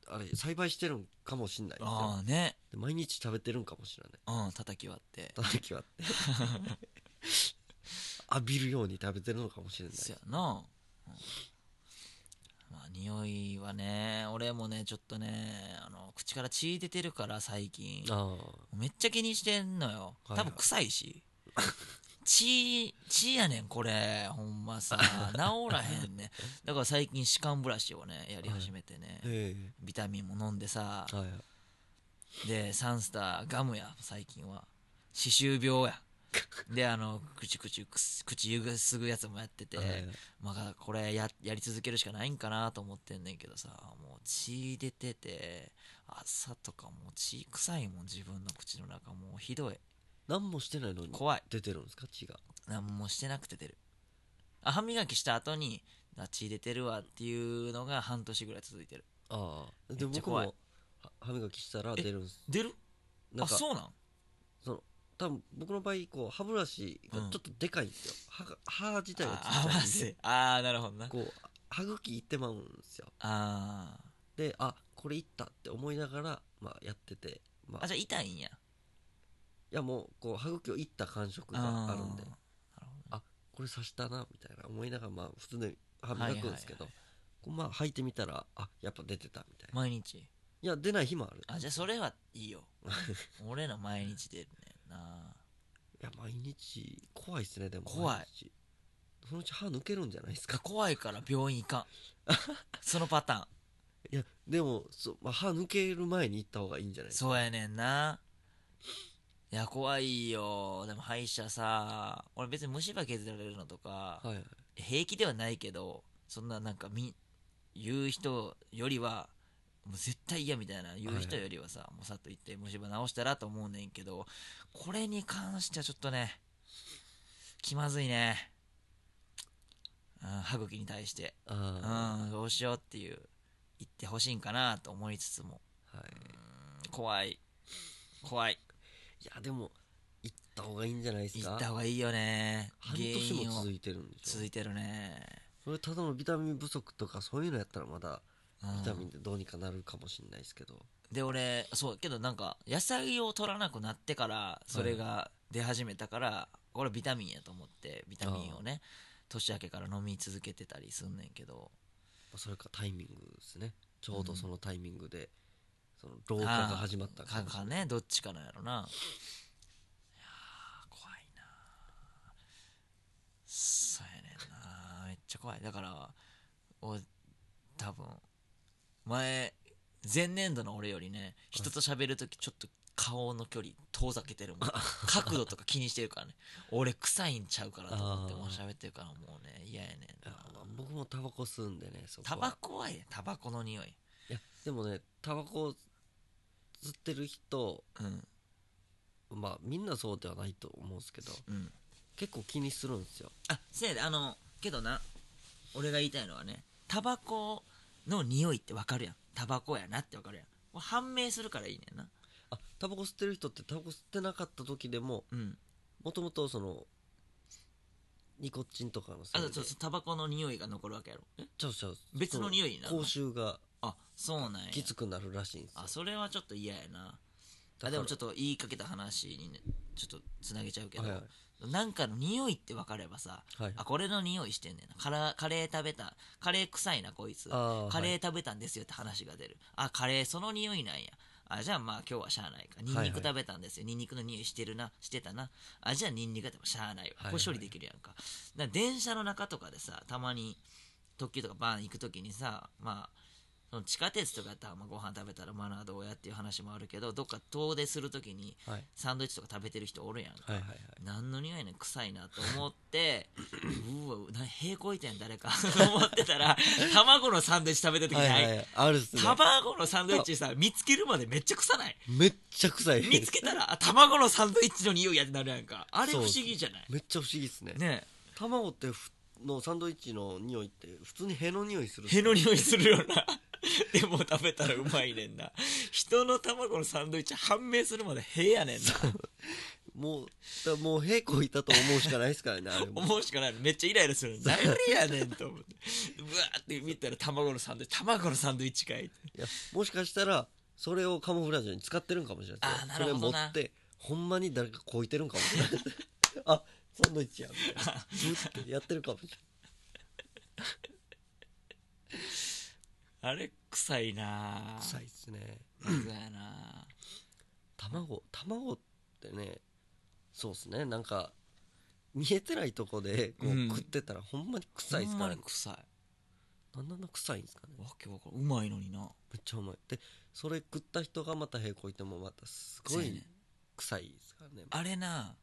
B: う、あれ栽培してるんかもしんないですよ
A: ああね
B: で毎日食べてるんかもしれない
A: うん叩き割って
B: たたき割 って浴びるように食べてるのかもしれない
A: そやな、うんまあ匂いはね俺もねちょっとねあの口から血出てるから最近
B: あ
A: めっちゃ気にしてんのよ
B: はいはい
A: 多分臭いし、血血やねんこれほんまさ治らへんねだから最近歯間ブラシをねやり始めてね、
B: あえ
A: ビタミンも飲んでさ
B: えはい
A: でサンスターガムや最近は歯周病やであの口口くす口ゆすぐやつもやってて、
B: はい
A: まあこれややり続けるしかないんかなと思ってんねんけどさもう血出てて朝とかもう血臭いもん自分の口の中もうひどい
B: 何もしてないのに
A: 怖い
B: 出てるんですか血が
A: 何もしてなくて出るあ歯磨きした後にあ血出てるわっていうのが半年ぐらい続いてる
B: ああで
A: めっちゃ
B: 僕
A: 怖い
B: もは歯磨きしたら出るんです
A: 出る
B: な
A: あ
B: んか
A: そうなん
B: 多分僕の場合こう歯ブラシがちょっとでかいんですよ、歯が歯自体がち
A: あ合
B: っちゃ
A: わ
B: いんで
A: せああなるほどな
B: こう歯茎いってまうんですよ
A: あー
B: であこれいったって思いながら、まあ、やってて、まあ、
A: あじゃあ痛いんや
B: いやもうこう歯茎をいった感触
A: あ
B: が
A: ー
B: あるんで
A: なるほ
B: これ刺したなみたいな思いながらまあ普通に歯磨くんですけど、こうまあ履いてみたらあやっぱ出てたみたい
A: ど
B: な
A: 毎日
B: いや出ない日もある
A: あじゃあそれはいいよ 俺ら毎日出るねんない
B: や毎日怖いですねでも
A: 怖い
B: 毎日そのうち歯抜けるんじゃないですか
A: 怖いから病院行かんそのパターン
B: いやでもそう、まあ、歯抜ける前に行った方がいいんじゃないですか
A: そうやねんないや怖いよでも歯医者さ俺別に虫歯削られるのとか、
B: はいはい
A: 平気ではないけどそんななんかみ言う人よりはもう絶対嫌みたいな言う人よりはさ、もうさっと言って虫歯直したらと思うねんけどこれに関してはちょっとね気まずいね、うん、歯茎に対して
B: あ
A: うんどうしようっていう言ってほしいんかなと思いつつも
B: あはい
A: 怖い怖い
B: いやでも行った方がいいんじゃないです
A: 行
B: か
A: った方がいいよね
B: 半年
A: 原因
B: も
A: を
B: 続いてるんでしょ
A: 続いてるね
B: それただのビタミン不足とかそういうのやったらまだ
A: うん
B: ビタミンでどうにかなるかもしれないですけど、
A: で俺そうけどなんか野菜を取らなくなってからそれが出始めたからこれビタミンやと思ってビタミンをね年明けから飲み続けてたりすんねんけど
B: まあそれかタイミングですねちょうどそのタイミングで、その老化が始まった
A: か
B: 感じ
A: かねどっちかなんやろないやー怖いなそうやねんなめっちゃ怖いだからお多分前前年度の俺よりね人と喋るときちょっと顔の距離遠ざけてる もん角度とか気にしてるからね俺臭いんちゃうからと思って
B: あー
A: もう喋ってるからもうね嫌やねん
B: あ
A: な
B: まあ僕もタバコ吸うんでねそこ
A: タ
B: は
A: バコはええタバコの匂い
B: いやでもねタバコ吸ってる人
A: うん
B: まあみんなそうではないと思うんですけど
A: うん
B: 結構気にするんですよ
A: あせやであのけどな俺が言いたいのはねタバコの匂いってわかるやんタバコやなってわかるやんもう判明するからいいねんな
B: あタバコ吸ってる人ってタバコ吸ってなかった時でも
A: うん
B: もともとそのニコチンとかのせ
A: あ
B: いで
A: そうそうタバコの匂いが残るわけやろえ
B: ちゃうちゃう
A: 別の匂いになる
B: そ
A: の
B: の口臭が
A: あそうなんや
B: きつくなるらしいんですよ
A: あそれはちょっと嫌やな
B: だか
A: あ
B: ら
A: でもちょっと言いかけた話にねちょっとつなげちゃうけど、
B: はいはい
A: なんかの匂いって分かればさ、
B: はい
A: あこれの匂いしてんねんなカラカレー食べたカレー臭いなこいつ
B: あー
A: カレ
B: は
A: ー食べたんですよって話が出る、あカレーその匂いなんやあじゃあまあ今日はしゃあないかニン
B: はい
A: ニク食べたんですよ、ニンニクの匂いしてるなしてたなあじゃあニンニクでもしゃあない
B: は
A: わ
B: い
A: これ処理できるやんか,、電車の中とかでさたまに特急とかバン行く時にさまあその地下鉄とかやったらまあご飯食べたらマナーどうやっていう話もあるけどどっか遠出する時に
B: はい
A: サンドイッチとか食べてる人おるやんか、
B: はいはいはい
A: 何の匂いねん臭いなと思ってうわな平行いてん誰か と思ってたら卵のサンドイッチ食べた時に、
B: はいはいはいあるっすね
A: 卵のサンドイッチさ見つけるまでめっちゃ臭ない
B: めっちゃ臭い
A: 見つけたらあ卵のサンドイッチの匂いやってなるやんかあれ不
B: そう
A: 思
B: です
A: 議じゃない
B: めっちゃ不思議っすね
A: ね
B: 卵ってふのサンドイッチの匂いって普通にへの匂いするっす
A: への匂いするよな でも食べたらうまいねんな人の卵のサンドイッチ判明するまでへやねんな
B: もうだからもう平行いたと思うしかないですからねあれ も
A: 思うしかないのめっちゃイライラするの誰やねんと思ってうわーって見たら卵のサンドイッチ卵のサンドイッチかいって
B: いやもしかしたらそれをカモフラージュに使ってるんかもしれないですよ
A: あーなるほどな
B: それ持ってほんまに誰かこいてるんかもしれない あサンドイッチやみたいなブッてやってるかもしれない
A: あれ臭いなぁ
B: 臭いっすね
A: そうやな
B: 卵卵ってねそうっすねなんか見えてないとこでこう、
A: うん
B: 食ってたらほんまに
A: ぁ
B: 臭いっ
A: ほ
B: す
A: ん
B: か
A: ま
B: ら
A: に
B: ね
A: 臭い
B: なんであんな臭いんですかね
A: わけわからんうまいのにな
B: めっちゃうまいでそれ食った人がまた平行いてもまたすご
A: そうや
B: い
A: ね
B: 臭いですからね
A: あれな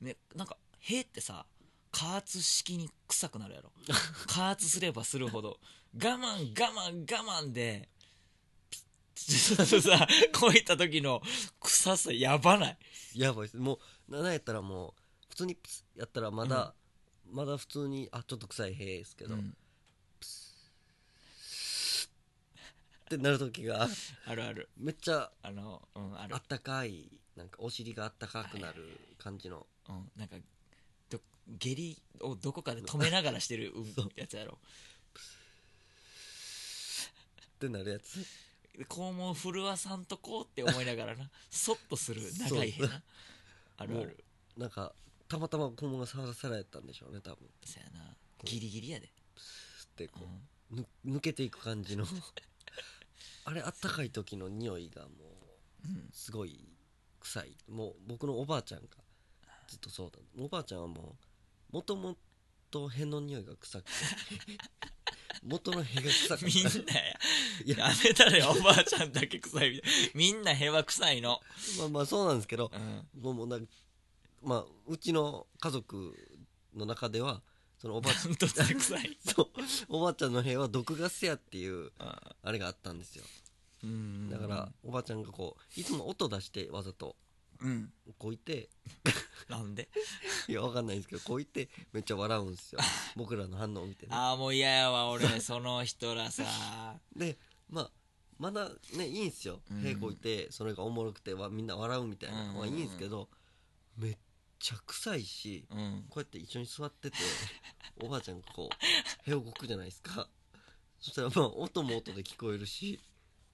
A: ねなんか屁ってさ加圧式に臭くな るやろ加圧すればするほど我慢我慢我慢でピッちょっとさこういった時の臭さやばない
B: やばいですもうなんやったらもう普通にプスやったらまだまだ普通にあちょっと臭いへえですけど、
A: う
B: っ
A: ん
B: てなる時が
A: あるある
B: めっちゃ
A: あのうんある
B: あったかいなんかお尻があったかくなる感じの
A: うんなんかど下痢をどこかで止めながらしてるうん
B: そう
A: やつやろ
B: ってなるやつ
A: 肛門震わさんとこうって思いなが らなそっとする長いへなあるあ
B: も
A: る
B: うなんかたまたま肛門が触らされたんでしょうね多分
A: そやなギリギリやで、
B: 吸ってこ
A: うん
B: う、ぬ抜けていく感じの あれあったかい時の匂いがも
A: うん
B: うすごい臭いもう僕のおばあちゃんがずっとそうだおばあちゃんはもうもともと辺の匂い が臭くて元の辺が臭く
A: みん
B: て
A: なや
B: いや
A: やめた らよおばあちゃんだけ臭いみたいみんなへは臭いの、
B: まあまあそうなんですけど
A: うん、
B: もうもうなんかまあうちの家族の中ではそのおばあちゃん
A: ダントツで臭 い
B: そうおばあちゃんの部屋は毒ガスやっていう
A: あ
B: あれがあったんですよ
A: うん
B: だから、おばあちゃんがこういつも音出してわざと
A: うん
B: こういて
A: なんで
B: いやわかんないんですけどこういてめっちゃ笑う んですよ僕らの反応を見てね
A: ああもう嫌やわ 俺その人らさ
B: でまあまだねいいんですよ
A: うん
B: 屁こいてそれがおもろくてわみんな笑うみたいなのはいいんですけどめっちゃ臭いし
A: うん
B: こうやって一緒に座って ておばあちゃんがこう屁をこくじゃないですかそしたらまあ音も音で聞こえるし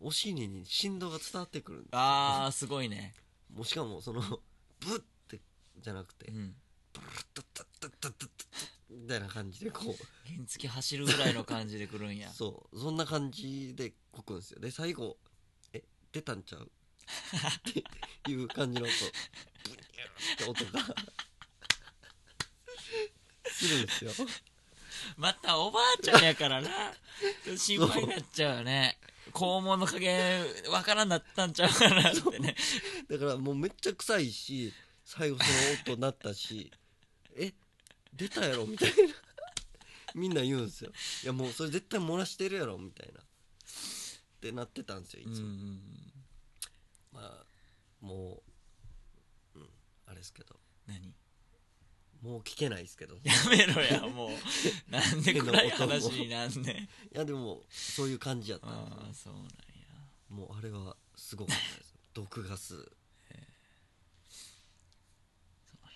B: お尻に振動が伝わってくるんですよ
A: ああすごいね
B: もうしかもその ブッてじゃなくて
A: うん
B: ブルッタッタッタッタッタッタッみたいな感じでこう
A: 原付走るぐらいの感じで来るんや
B: そうそんな感じでこくんですよで最後「え出たんちゃう?」っていう感じのこうブニューって音がするんですよ
A: またおばあちゃんやからな心配になっちゃうよね肛門の加減わからんなったんちゃうかなってね
B: だからもうめっちゃ臭いし最後その音なったし 「え出たやろ?」みたいなみんな言うんですよ「いやもうそれ絶対漏らしてるやろ」みたいなってなってたんですよいつ
A: う
B: も。
A: ん
B: まあもう、うん、あれですけど
A: 何
B: もう聞けないですけどい
A: やめろやもうなんで暗い話になんねん
B: やでもそういう感じやったんですよ
A: あ
B: ね
A: あそうなんや
B: もうあれはすごかったです毒ガス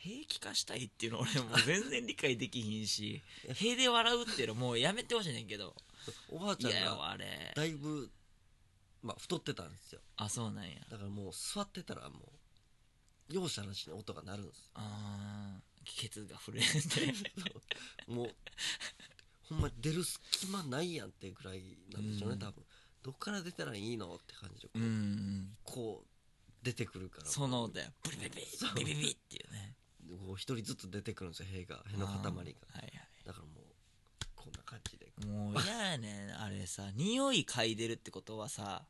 A: 平気化したいっていうの俺もう全然理解できひんし平で笑うっていうのもうやめてほしいねんけど
B: おばあちゃ
A: 嫌
B: ん
A: や
B: が
A: わあれ
B: だいぶ、まあ、太ってたんですよ
A: あそうなんや
B: だからもう座ってたらもう容赦なしに音が鳴るんです
A: ああケツが震えて
B: よ もうほんまに出る隙間ないやんってぐらいなんでしょうね、
A: うん
B: 多分どっから出たらいいのって感じでこ
A: う
B: う,、
A: ん
B: こう出てくるから
A: その音やブリビビ
B: そう
A: ビビビっていうね
B: こう一人ずつ出てくるんですよ兵が屁の塊
A: あ
B: が
A: ーはいはい
B: だからもうこんな感じで
A: もう嫌やねんあれさ匂い嗅いでるってことはさ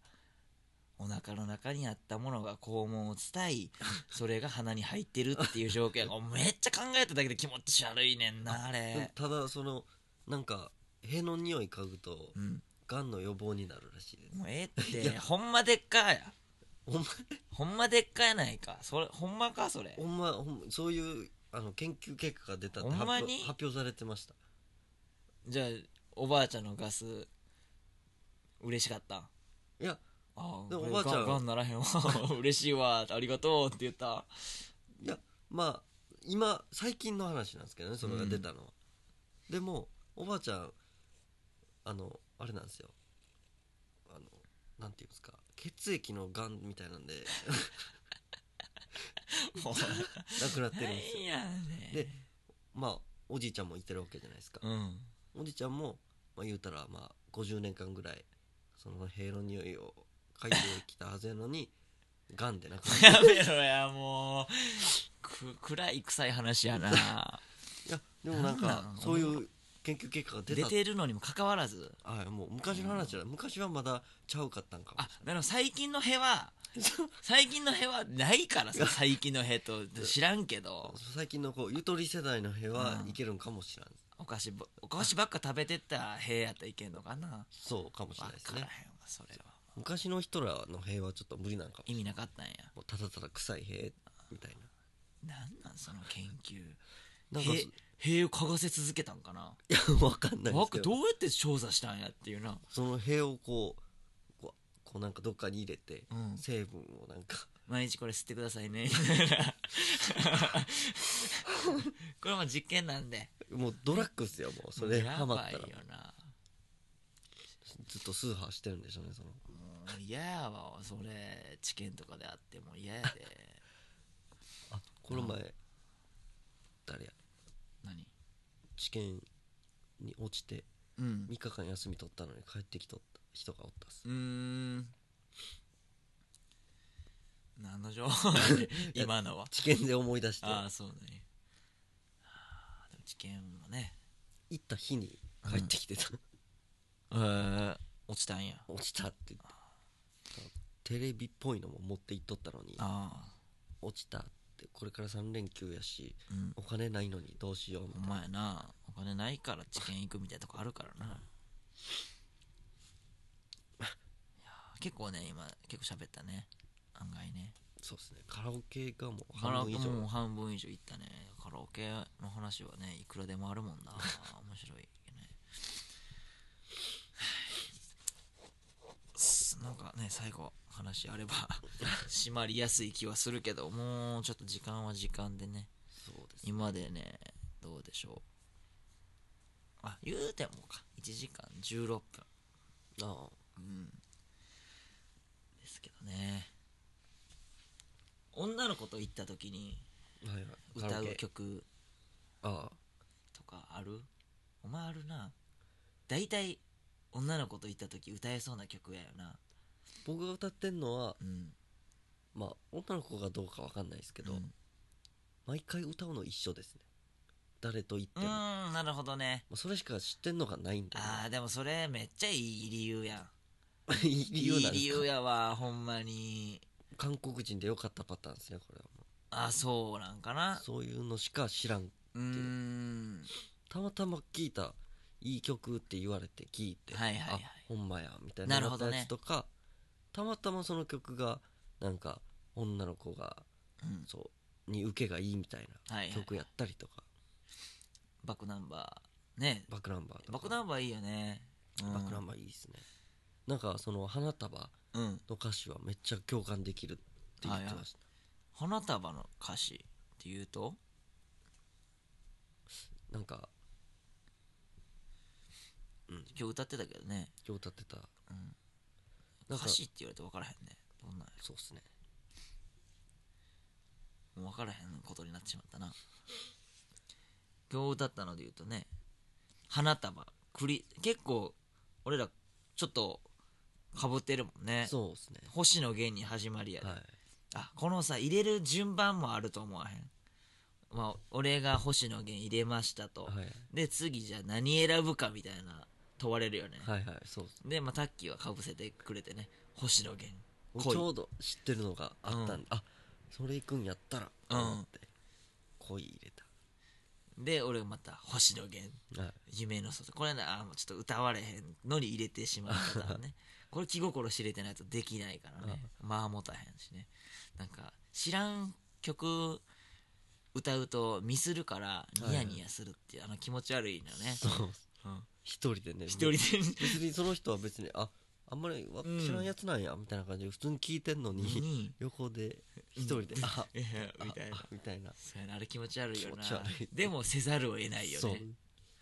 A: お腹の中にあったものが肛門を伝 いそれが鼻に入ってるっていう状況やからめっちゃ考えただけで気持ち悪いねんなあ
B: でも
A: れ
B: ただそのなんか屁の匂い嗅ぐと
A: うん
B: がんの予防になるらしいです
A: もうええっ
B: い
A: て
B: や
A: ほんまでっかや
B: ほんま
A: ほんまでっかやないかそれほんまかそれ
B: ほんまほんまそういうあの研究結果が出たって
A: ほん
B: 発
A: ま
B: 表
A: に
B: 発表されてました
A: じゃあおばあちゃんのガス嬉しかったん
B: いや
A: あ
B: でもおばあちゃん
A: がんならへんわ 嬉しいわありがとうって言 った
B: いやまあ今最近の話なんですけどねそれが出たのは、でもおばあちゃんあのあれなんですよあのなんていうんですか血液のがんみたいな んで
A: も う
B: 亡くなってるんですよ
A: 何やねん
B: でまあおじいちゃんもいてるわけじゃないですか、
A: うん
B: おじいちゃんも、まあ、言うたらまあ50年間ぐらいその塀の匂いを嗅いできたはずやのにがんでなくなっ
A: やめろやもうく暗い臭い話やな
B: いやでもな
A: なん
B: ん
A: な
B: か
A: ん
B: そういう研究結果が 出
A: 出
B: た
A: てるのにもかかわらず
B: はいもう昔の話だ昔はまだちゃうかったんかも
A: あなるほど最近のへ は最近のへはないからさ最近のへと知らんけど
B: 最近のこうゆとり世代の塀は
A: うん
B: いけるんかもしれない
A: お菓子ばお菓子ばっか食べてったへやったらいけんのかな
B: そうかもしれ
A: わ
B: ないです
A: からへん
B: ね
A: わそれは
B: 昔の人らの塀はちょっと無理なんかも
A: 意味なかったんや
B: もうただただ臭い塀みたいな
A: なんなんその研究
B: なんか
A: へ塀をかがせ続けたんかない
B: や分かんないです
A: 枠
B: け
A: ど
B: ど
A: うやって調査したんやっていうな、
B: その塀をこうこうこうなんかどっかに入れて
A: うん、
B: 成分をなんか
A: 毎日これ吸ってください ねみたいなこれも実験なんで
B: もうドラッグっすよもうそれハ
A: や
B: マ
A: ば
B: っ
A: い
B: た
A: よ
B: ら
A: な
B: ずっと崇拝してるんでしょうねその
A: もう嫌やわそれ知見とかであっても嫌やで
B: あこの前誰や
A: 何
B: 試験に落ちて
A: うん
B: 3日間休み取ったのに帰ってきとった人がおったっす
A: うーん何の情報今のは
B: 試験で思い出して
A: ああそうだねあーでも知見もね
B: 行った日に帰ってきてた、
A: えー、落ちたんや
B: 落ちたって言ってテレビっぽいのも持って行っとったのに
A: あ
B: 落ちたってこれから3連休やし
A: あうん
B: お金ないのにどうしよう
A: お
B: みたいな
A: 前なお金ないから知見行くみたいなとこあるからないやー結構ね今結構喋ったね案外ね
B: そうですねカラオケがもう
A: カラ
B: 半
A: オ
B: 分以
A: ケ
B: 上
A: もう半分以上行ったねカラオケの話はねいくらでもあるもんな面白いよねすなんかね最後話あれば締まりやすい気はするけどもうちょっと時間は時間でね
B: そうです
A: 今までねどうでしょうあ言うてもか1時間16分
B: ああ
A: うんですけどね女の子と行った時に
B: はいはいカ
A: 歌
B: ラオケ
A: う曲
B: ああ
A: とかあるお前あるな大体女の子と行った時歌えそうな曲やよな
B: 僕が歌ってんのは
A: うん
B: まあ女の子がどうかわかんないですけど、
A: うん
B: 毎回歌うの一緒ですね誰と言って
A: う
B: も、ま
A: ーんなるほどね
B: あ、それしか知ってんのがないんで、
A: あーでもそれめっちゃいい理由やん
B: い い理由
A: い
B: ないん
A: 理
B: です
A: 由
B: か
A: やわほんまに
B: 韓国人でよかったパターンですねこれはも
A: あそうなんか
B: う
A: な
B: そういうのしか知らん
A: うーん
B: たまたま聞いたいい曲って言われて聞いて、
A: はいはいはい
B: あほんまやみたい
A: な
B: な
A: るほどね
B: やつとか、たまたまその曲がなんか女の子が
A: うん
B: そうに受けがいいみたい
A: はいはい
B: な曲やったりとか、
A: バックナンバーね
B: バックナンバーとか
A: バックナンバーいいよねうん
B: バックナンバーいいですねなんかその花束
A: うん
B: の歌詞はめっちゃ共感できるって言ってました、
A: 花束の歌詞っていうと
B: なんか
A: 今日歌ってたけどね
B: 今日歌ってたなんか
A: 歌詞って言われて分からへんねどんなんや
B: そうっすね
A: もう分からへんことになってしまったな今日歌ったので言うとね花束クリ結構俺らちょっとかぶってるもんね
B: そうっすね
A: 星野源に始まりやで、
B: はい
A: あこのさ入れる順番もあると思わへんまあ俺が星野源入れましたと、
B: はい
A: で次じゃあ何選ぶかみたいな問われるよね、
B: はいはいそうっす
A: でまあタッキーはかぶせてくれてね星野源
B: ち
A: 恋
B: ょうど知ってるのがあったんで、あそれ行くんやったらと思って恋入れ
A: で俺また星野源
B: た、はい、
A: 夢の外これねあーもうちょっと歌われへんのに入れてしまったから ねこれ気心知れてないとできないからねまあ持たへんしねなんか知らん曲歌うとミスるからニヤニヤするっていう、あの気持ち悪いのね
B: そうっす
A: うん
B: 一人でね
A: 一人で
B: 別にその人は別にああんまりわ
A: うん
B: 知らんやつなんやみたいな感じで普通に聞いてんのに
A: に
B: 横で一人であ
A: いや
B: あ
A: みたいな
B: あみたいな
A: そうやなあれ気持ち悪いよな
B: 気持ち悪い
A: でもせざるを得ないよ
B: そう
A: ね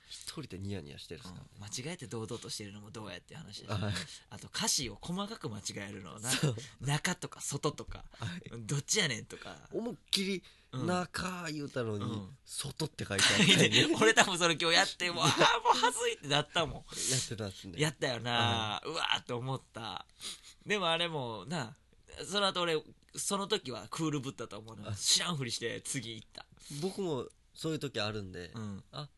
B: 一人でニヤニヤしてるっすからね
A: うん間違えて堂々としてるのもどうやって話だし、
B: はい
A: あと歌詞を細かく間違えるのな
B: そう
A: 中とか外とか
B: はい
A: どっちやねんとか
B: 思いっきり
A: うん
B: 中言うたのに、
A: うん
B: 外って書いてあった りや
A: 俺多分それ今日やってもう あーもう恥ずいってなったも
B: ってたっすね
A: んやったよな、うわーって思ったでもあれもなその後俺その時はクールぶったと思うの
B: あ
A: 知らんふりして次行った、
B: 僕もそういう時あるんで、
A: うん、
B: あ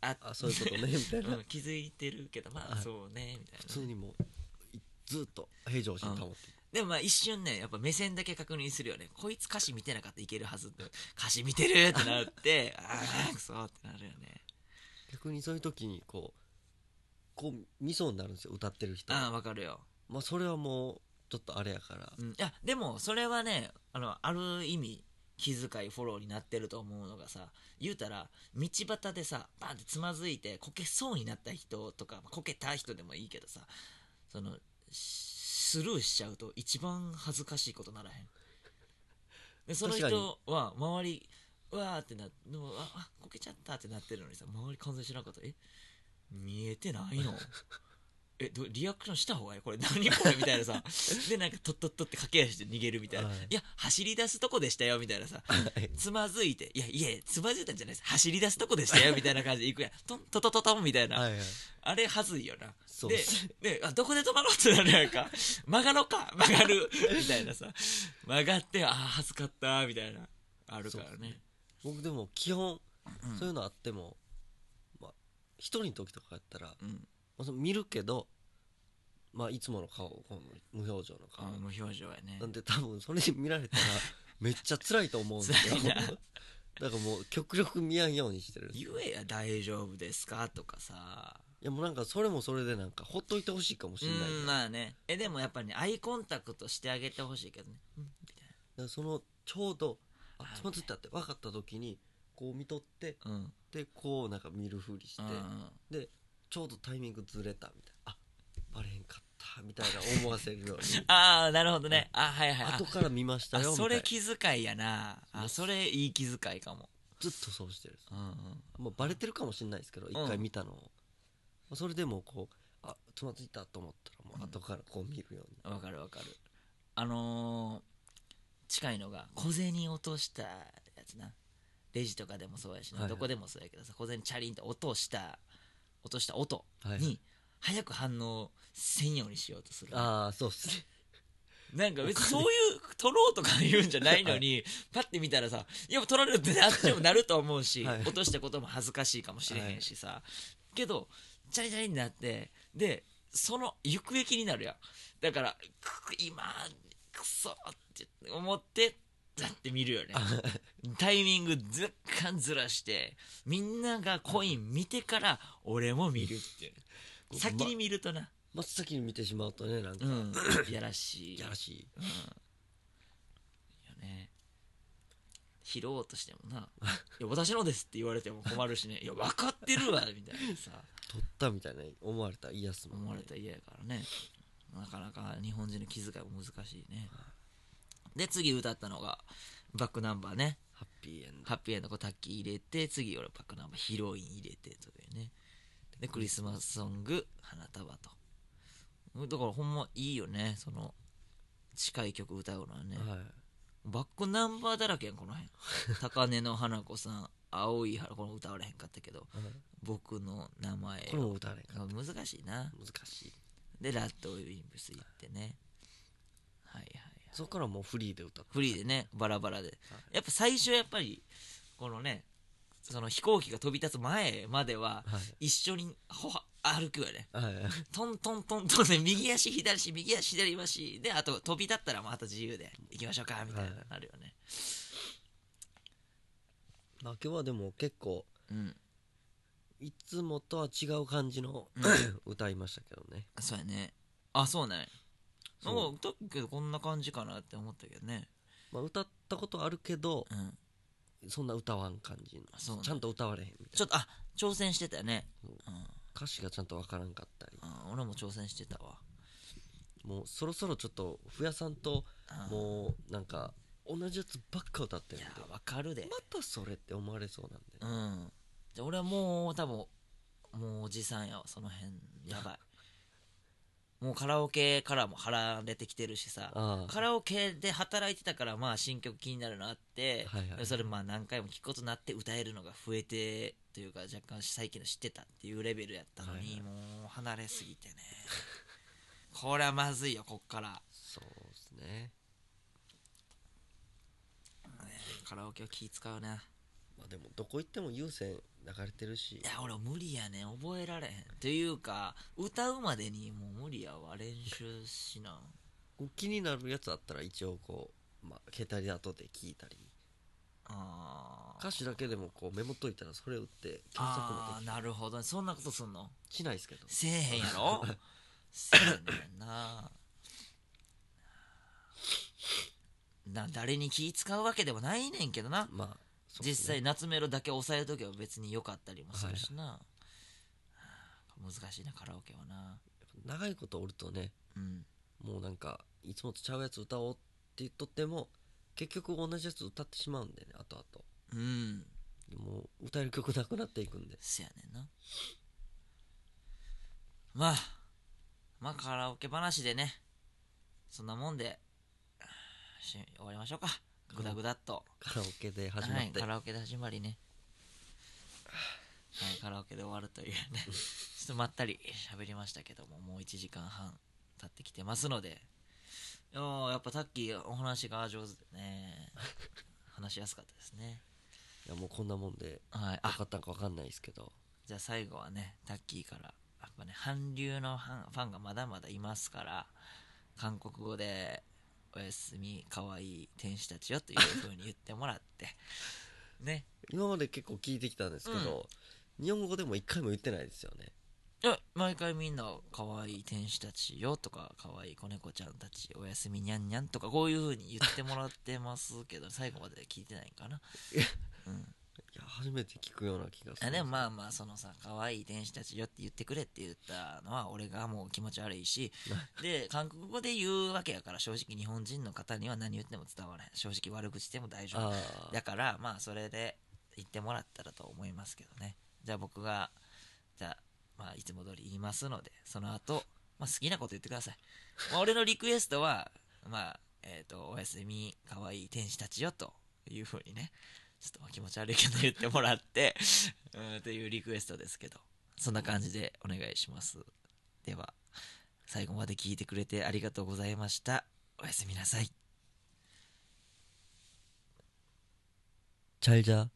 A: あ
B: あそういうことねみたい な、
A: うん、気づいてるけどまあ
B: はい
A: そうねみたい
B: 普
A: な
B: 通にもういずっと平常心保って、
A: でもまあ一瞬ねやっぱ目線だけ確認するよねこいつ歌詞見てなかったらいけるはずって歌詞見てるってなって ああくそーってなるよね
B: 逆にそういう時にこうこう見そうになるんですよ歌ってる人
A: ああわかるよ、
B: ま あそれはもうちょっとあれやから、
A: うん、いやでもそれはねあのある意味気遣いフォローになってると思うのがさ言うたら道端でさバンってつまずいてこけそうになった人とかこけた人でもいいけどさそのしスルーしちゃうと一番恥ずかしいことならへんでその
B: 確かに
A: 人は周りうわーってなでもああこけちゃったってなってるのにさ周り完全に知らんかったえ見えてないの えどリアクションした方がいいこれ何これみたいな さでなんかとっとっとって駆け足で逃げるみたいな、
B: はい
A: い、や走り出すとこでしたよみたいなさ
B: はい
A: つまずいていやいやつまずいたんじゃないです走り出すとこでしたよみたいな感じで行くやんトントトトトンみたいな、
B: はいはい
A: あれはずいよな
B: そう
A: でであどこで止まろうってなるやんか曲がろうか曲がるみたいなさ曲がってああ恥ずかったみたいなあるからね
B: 僕でも基本
A: うん
B: そういうのあっても、まあ一人の時とかやったら、ま
A: うん
B: あ、その見るけどまあいつもの顔この無表情の
A: あ
B: 顔、
A: 無表情やね
B: なんで多分それで見られたらめっちゃ辛いと思うんです よ
A: 辛いな
B: だからもう極力見やんようにしてるい
A: 言えや大丈夫ですかとかさ
B: やもうなんかそれもそれでなんかほっといてほしいかもし
A: う
B: れないけど
A: んまあねえでもやっぱりねアイコンタクトしてあげてほしいけどね、うん
B: だからそのちょうどあ
A: はい
B: つまずいたって分かった時にこう見とって
A: うんうん
B: でこうなんか見るふりしてちょうどタイミングずれたみたいなあバレへんかったみたいな思わせるよ うに
A: ああなるほどね、あはいはいあ
B: 後から見ました
A: あ
B: よみた
A: そ
B: いな
A: れ気遣いやなあそれいい気遣いかも
B: ずっとそうしてるんです
A: うんうん
B: もうバレてるかもしれないですけど一回見たのを、まあそれでもこうあつまずいたと思ったらもう後からこう見るように、
A: わかるわかるあのー近いのが小銭落としたやつなレジとかでもそうやしな、
B: はいは
A: ど
B: い
A: こでもそうやけどさ小銭チャリンと落とした落とした音
B: はい
A: に早く反応せんようにしようとする
B: ああそうっすね
A: なんか別にそういう取ろうとか言うんじゃないのに、パッて見たらさやっぱ取られるってあっちもなると思うし、
B: はい
A: 落としたことも恥ずかしいかもしれへんしさ、けどチャリチャリになってでその行く駅になるやんだからく今くそって思ってだって見るよ ねタイミングずっかんずらしてみんながコイン見てから俺も見るっていう
B: ま
A: 先に見るとな、
B: 真っ先に見てしまうとねなんか
A: うん、やらしい
B: やらしい
A: よね拾おうとしてもな「いや私のです」って言われても困るしね「いや分かってるわ」みたいなさ
B: 取ったみたいな思われたら嫌っすもんね
A: 思われたら嫌やからねなかなか日本人の気遣いも難しいねで次歌ったのがバックナンバーね
B: ハッピーエンド
A: ハッピーエンドこうタッキー入れて次俺バックナンバーヒロイン入れてというねでクリスマスソング花束とだからほんまいいよねその近い曲歌うのはね、
B: はい
A: バックナンバーだらけやんこの辺 高根の花子さん青い春この歌われへんかったけど僕の名前
B: これも歌われへんか
A: 難しいな
B: 難しい
A: でラッドウィンブス行ってねはいはいはい
B: そこからもうフリーで歌って
A: フリーでねバラバラでやっぱ最初やっぱりこのねその飛行機が飛び立つ前までは
B: はい
A: 一緒にほは歩くよね
B: は いはい
A: トントントントンで右足左足右足左足であと飛び立ったらまた自由で行きましょうかみたいな
B: はい
A: なるよね
B: まあ今日はでも結構
A: うん
B: いつもとは違う感じの 歌いましたけどね
A: そうやねあそうね
B: そ
A: な
B: うん
A: か歌うけどこんな感じかなって思ったけどね
B: まあ歌ったことあるけど
A: うん
B: そんな歌わん感じ
A: そう
B: の
A: ね
B: ちゃんと歌われへんみたい
A: ちょ
B: な
A: っとあ挑戦してたよね
B: そう
A: うん
B: 歌詞がちゃんとわからんかったり
A: うん俺も挑戦してたわ
B: もうそろそろちょっとふやさんと
A: うん
B: もうなんか同じやつばっか歌って
A: い
B: るん
A: や
B: で
A: わかるで
B: またそれって思われそうなんで
A: うんじゃあ俺はもう多分もうおじさんやわその辺やばいもうカラオケからも離れてきてるしさ
B: ああ
A: カラオケで働いてたからまあ新曲気になるのあって、
B: はいはい
A: それまあ何回も聴くことになって歌えるのが増えてというか若干最近の知ってたっていうレベルやったのに、
B: はいはい
A: もう離れすぎてねこれはまずいよこっから
B: そうですね
A: カラオケは気使うな
B: まあでもどこ行っても優先流れてるし
A: いや俺無理やねん覚えられへんというか歌うまでにもう無理やわ練習しな
B: こう気になるやつあったら一応こう、まあ、携帯で後で聞いたり
A: あー
B: 歌詞だけでもこうメモっといたらそれ打って検索も
A: あーなるほどそんなことすんの
B: できしないですけど
A: せえへんやろせえへんねんなな誰に気使うわけでもないねんけどな、
B: まあそうです
A: 実
B: ね
A: 際夏メロだけ抑えとけば別に良かったりもするしな、はあ難しいなカラオケはな
B: 長いことおるとね
A: うん
B: もうなんかいつもとちゃうやつ歌おうって言っとっても結局同じやつ歌ってしまうんでね後々
A: うん
B: でもう歌える曲なくなっていくんで
A: せやねんなまあまあカラオケ話でねそんなもんでし終わりましょうかグダグダっと
B: カラオケで始まっ
A: は
B: て、
A: い、カラオケで始まりね、はい、カラオケで終わると いうねちょっとまったり喋りましたけどももう1時間半経ってきてますのでいやーやっぱさっきお話が上手で ね話しやすかったですね
B: いやもうこんなもんで
A: はい
B: よ
A: あ
B: かったんか分かんないですけど
A: じゃあ最後はねタッキーからやっぱね韓流のファンファンがまだまだいますから韓国語で「おやすみかわいい天使たちよ」というふうに言ってもらって ね
B: 今まで結構聞いてきたんですけど、日本語でも一回も言ってないですよね
A: いや毎回みんな「可愛い天使たちよ」とか「可愛い子猫ちゃんたちおやすみにゃんにゃん」とかこういう風に言ってもらってますけど最後まで聞いてないんかな、うん、
B: いや初めて聞くような気がする
A: あでもまあまあそのさ「可愛い天使たちよ」って言ってくれって言ったのは俺がもう気持ち悪いしで韓国語で言うわけやから正直日本人の方には何言っても伝わらへん正直悪口でも大丈夫
B: あー
A: だからまあそれで言ってもらったらと思いますけどねじゃあ僕がじゃあまあいつも通り言いますのでその後、まあ好きなこと言ってください、まあ、俺のリクエストは まあえっ、とおやすみかわいい天使たちよというふうにねちょっと気持ち悪いけど言ってもらって うんというリクエストですけどそんな感じでお願いしますでは最後まで聞いてくれてありがとうございましたおやすみなさい
B: チャイジャ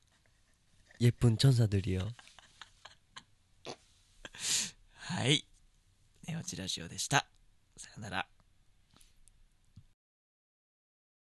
B: 예쁜천사들이요
A: はい。ネオチラジオでした。さよなら。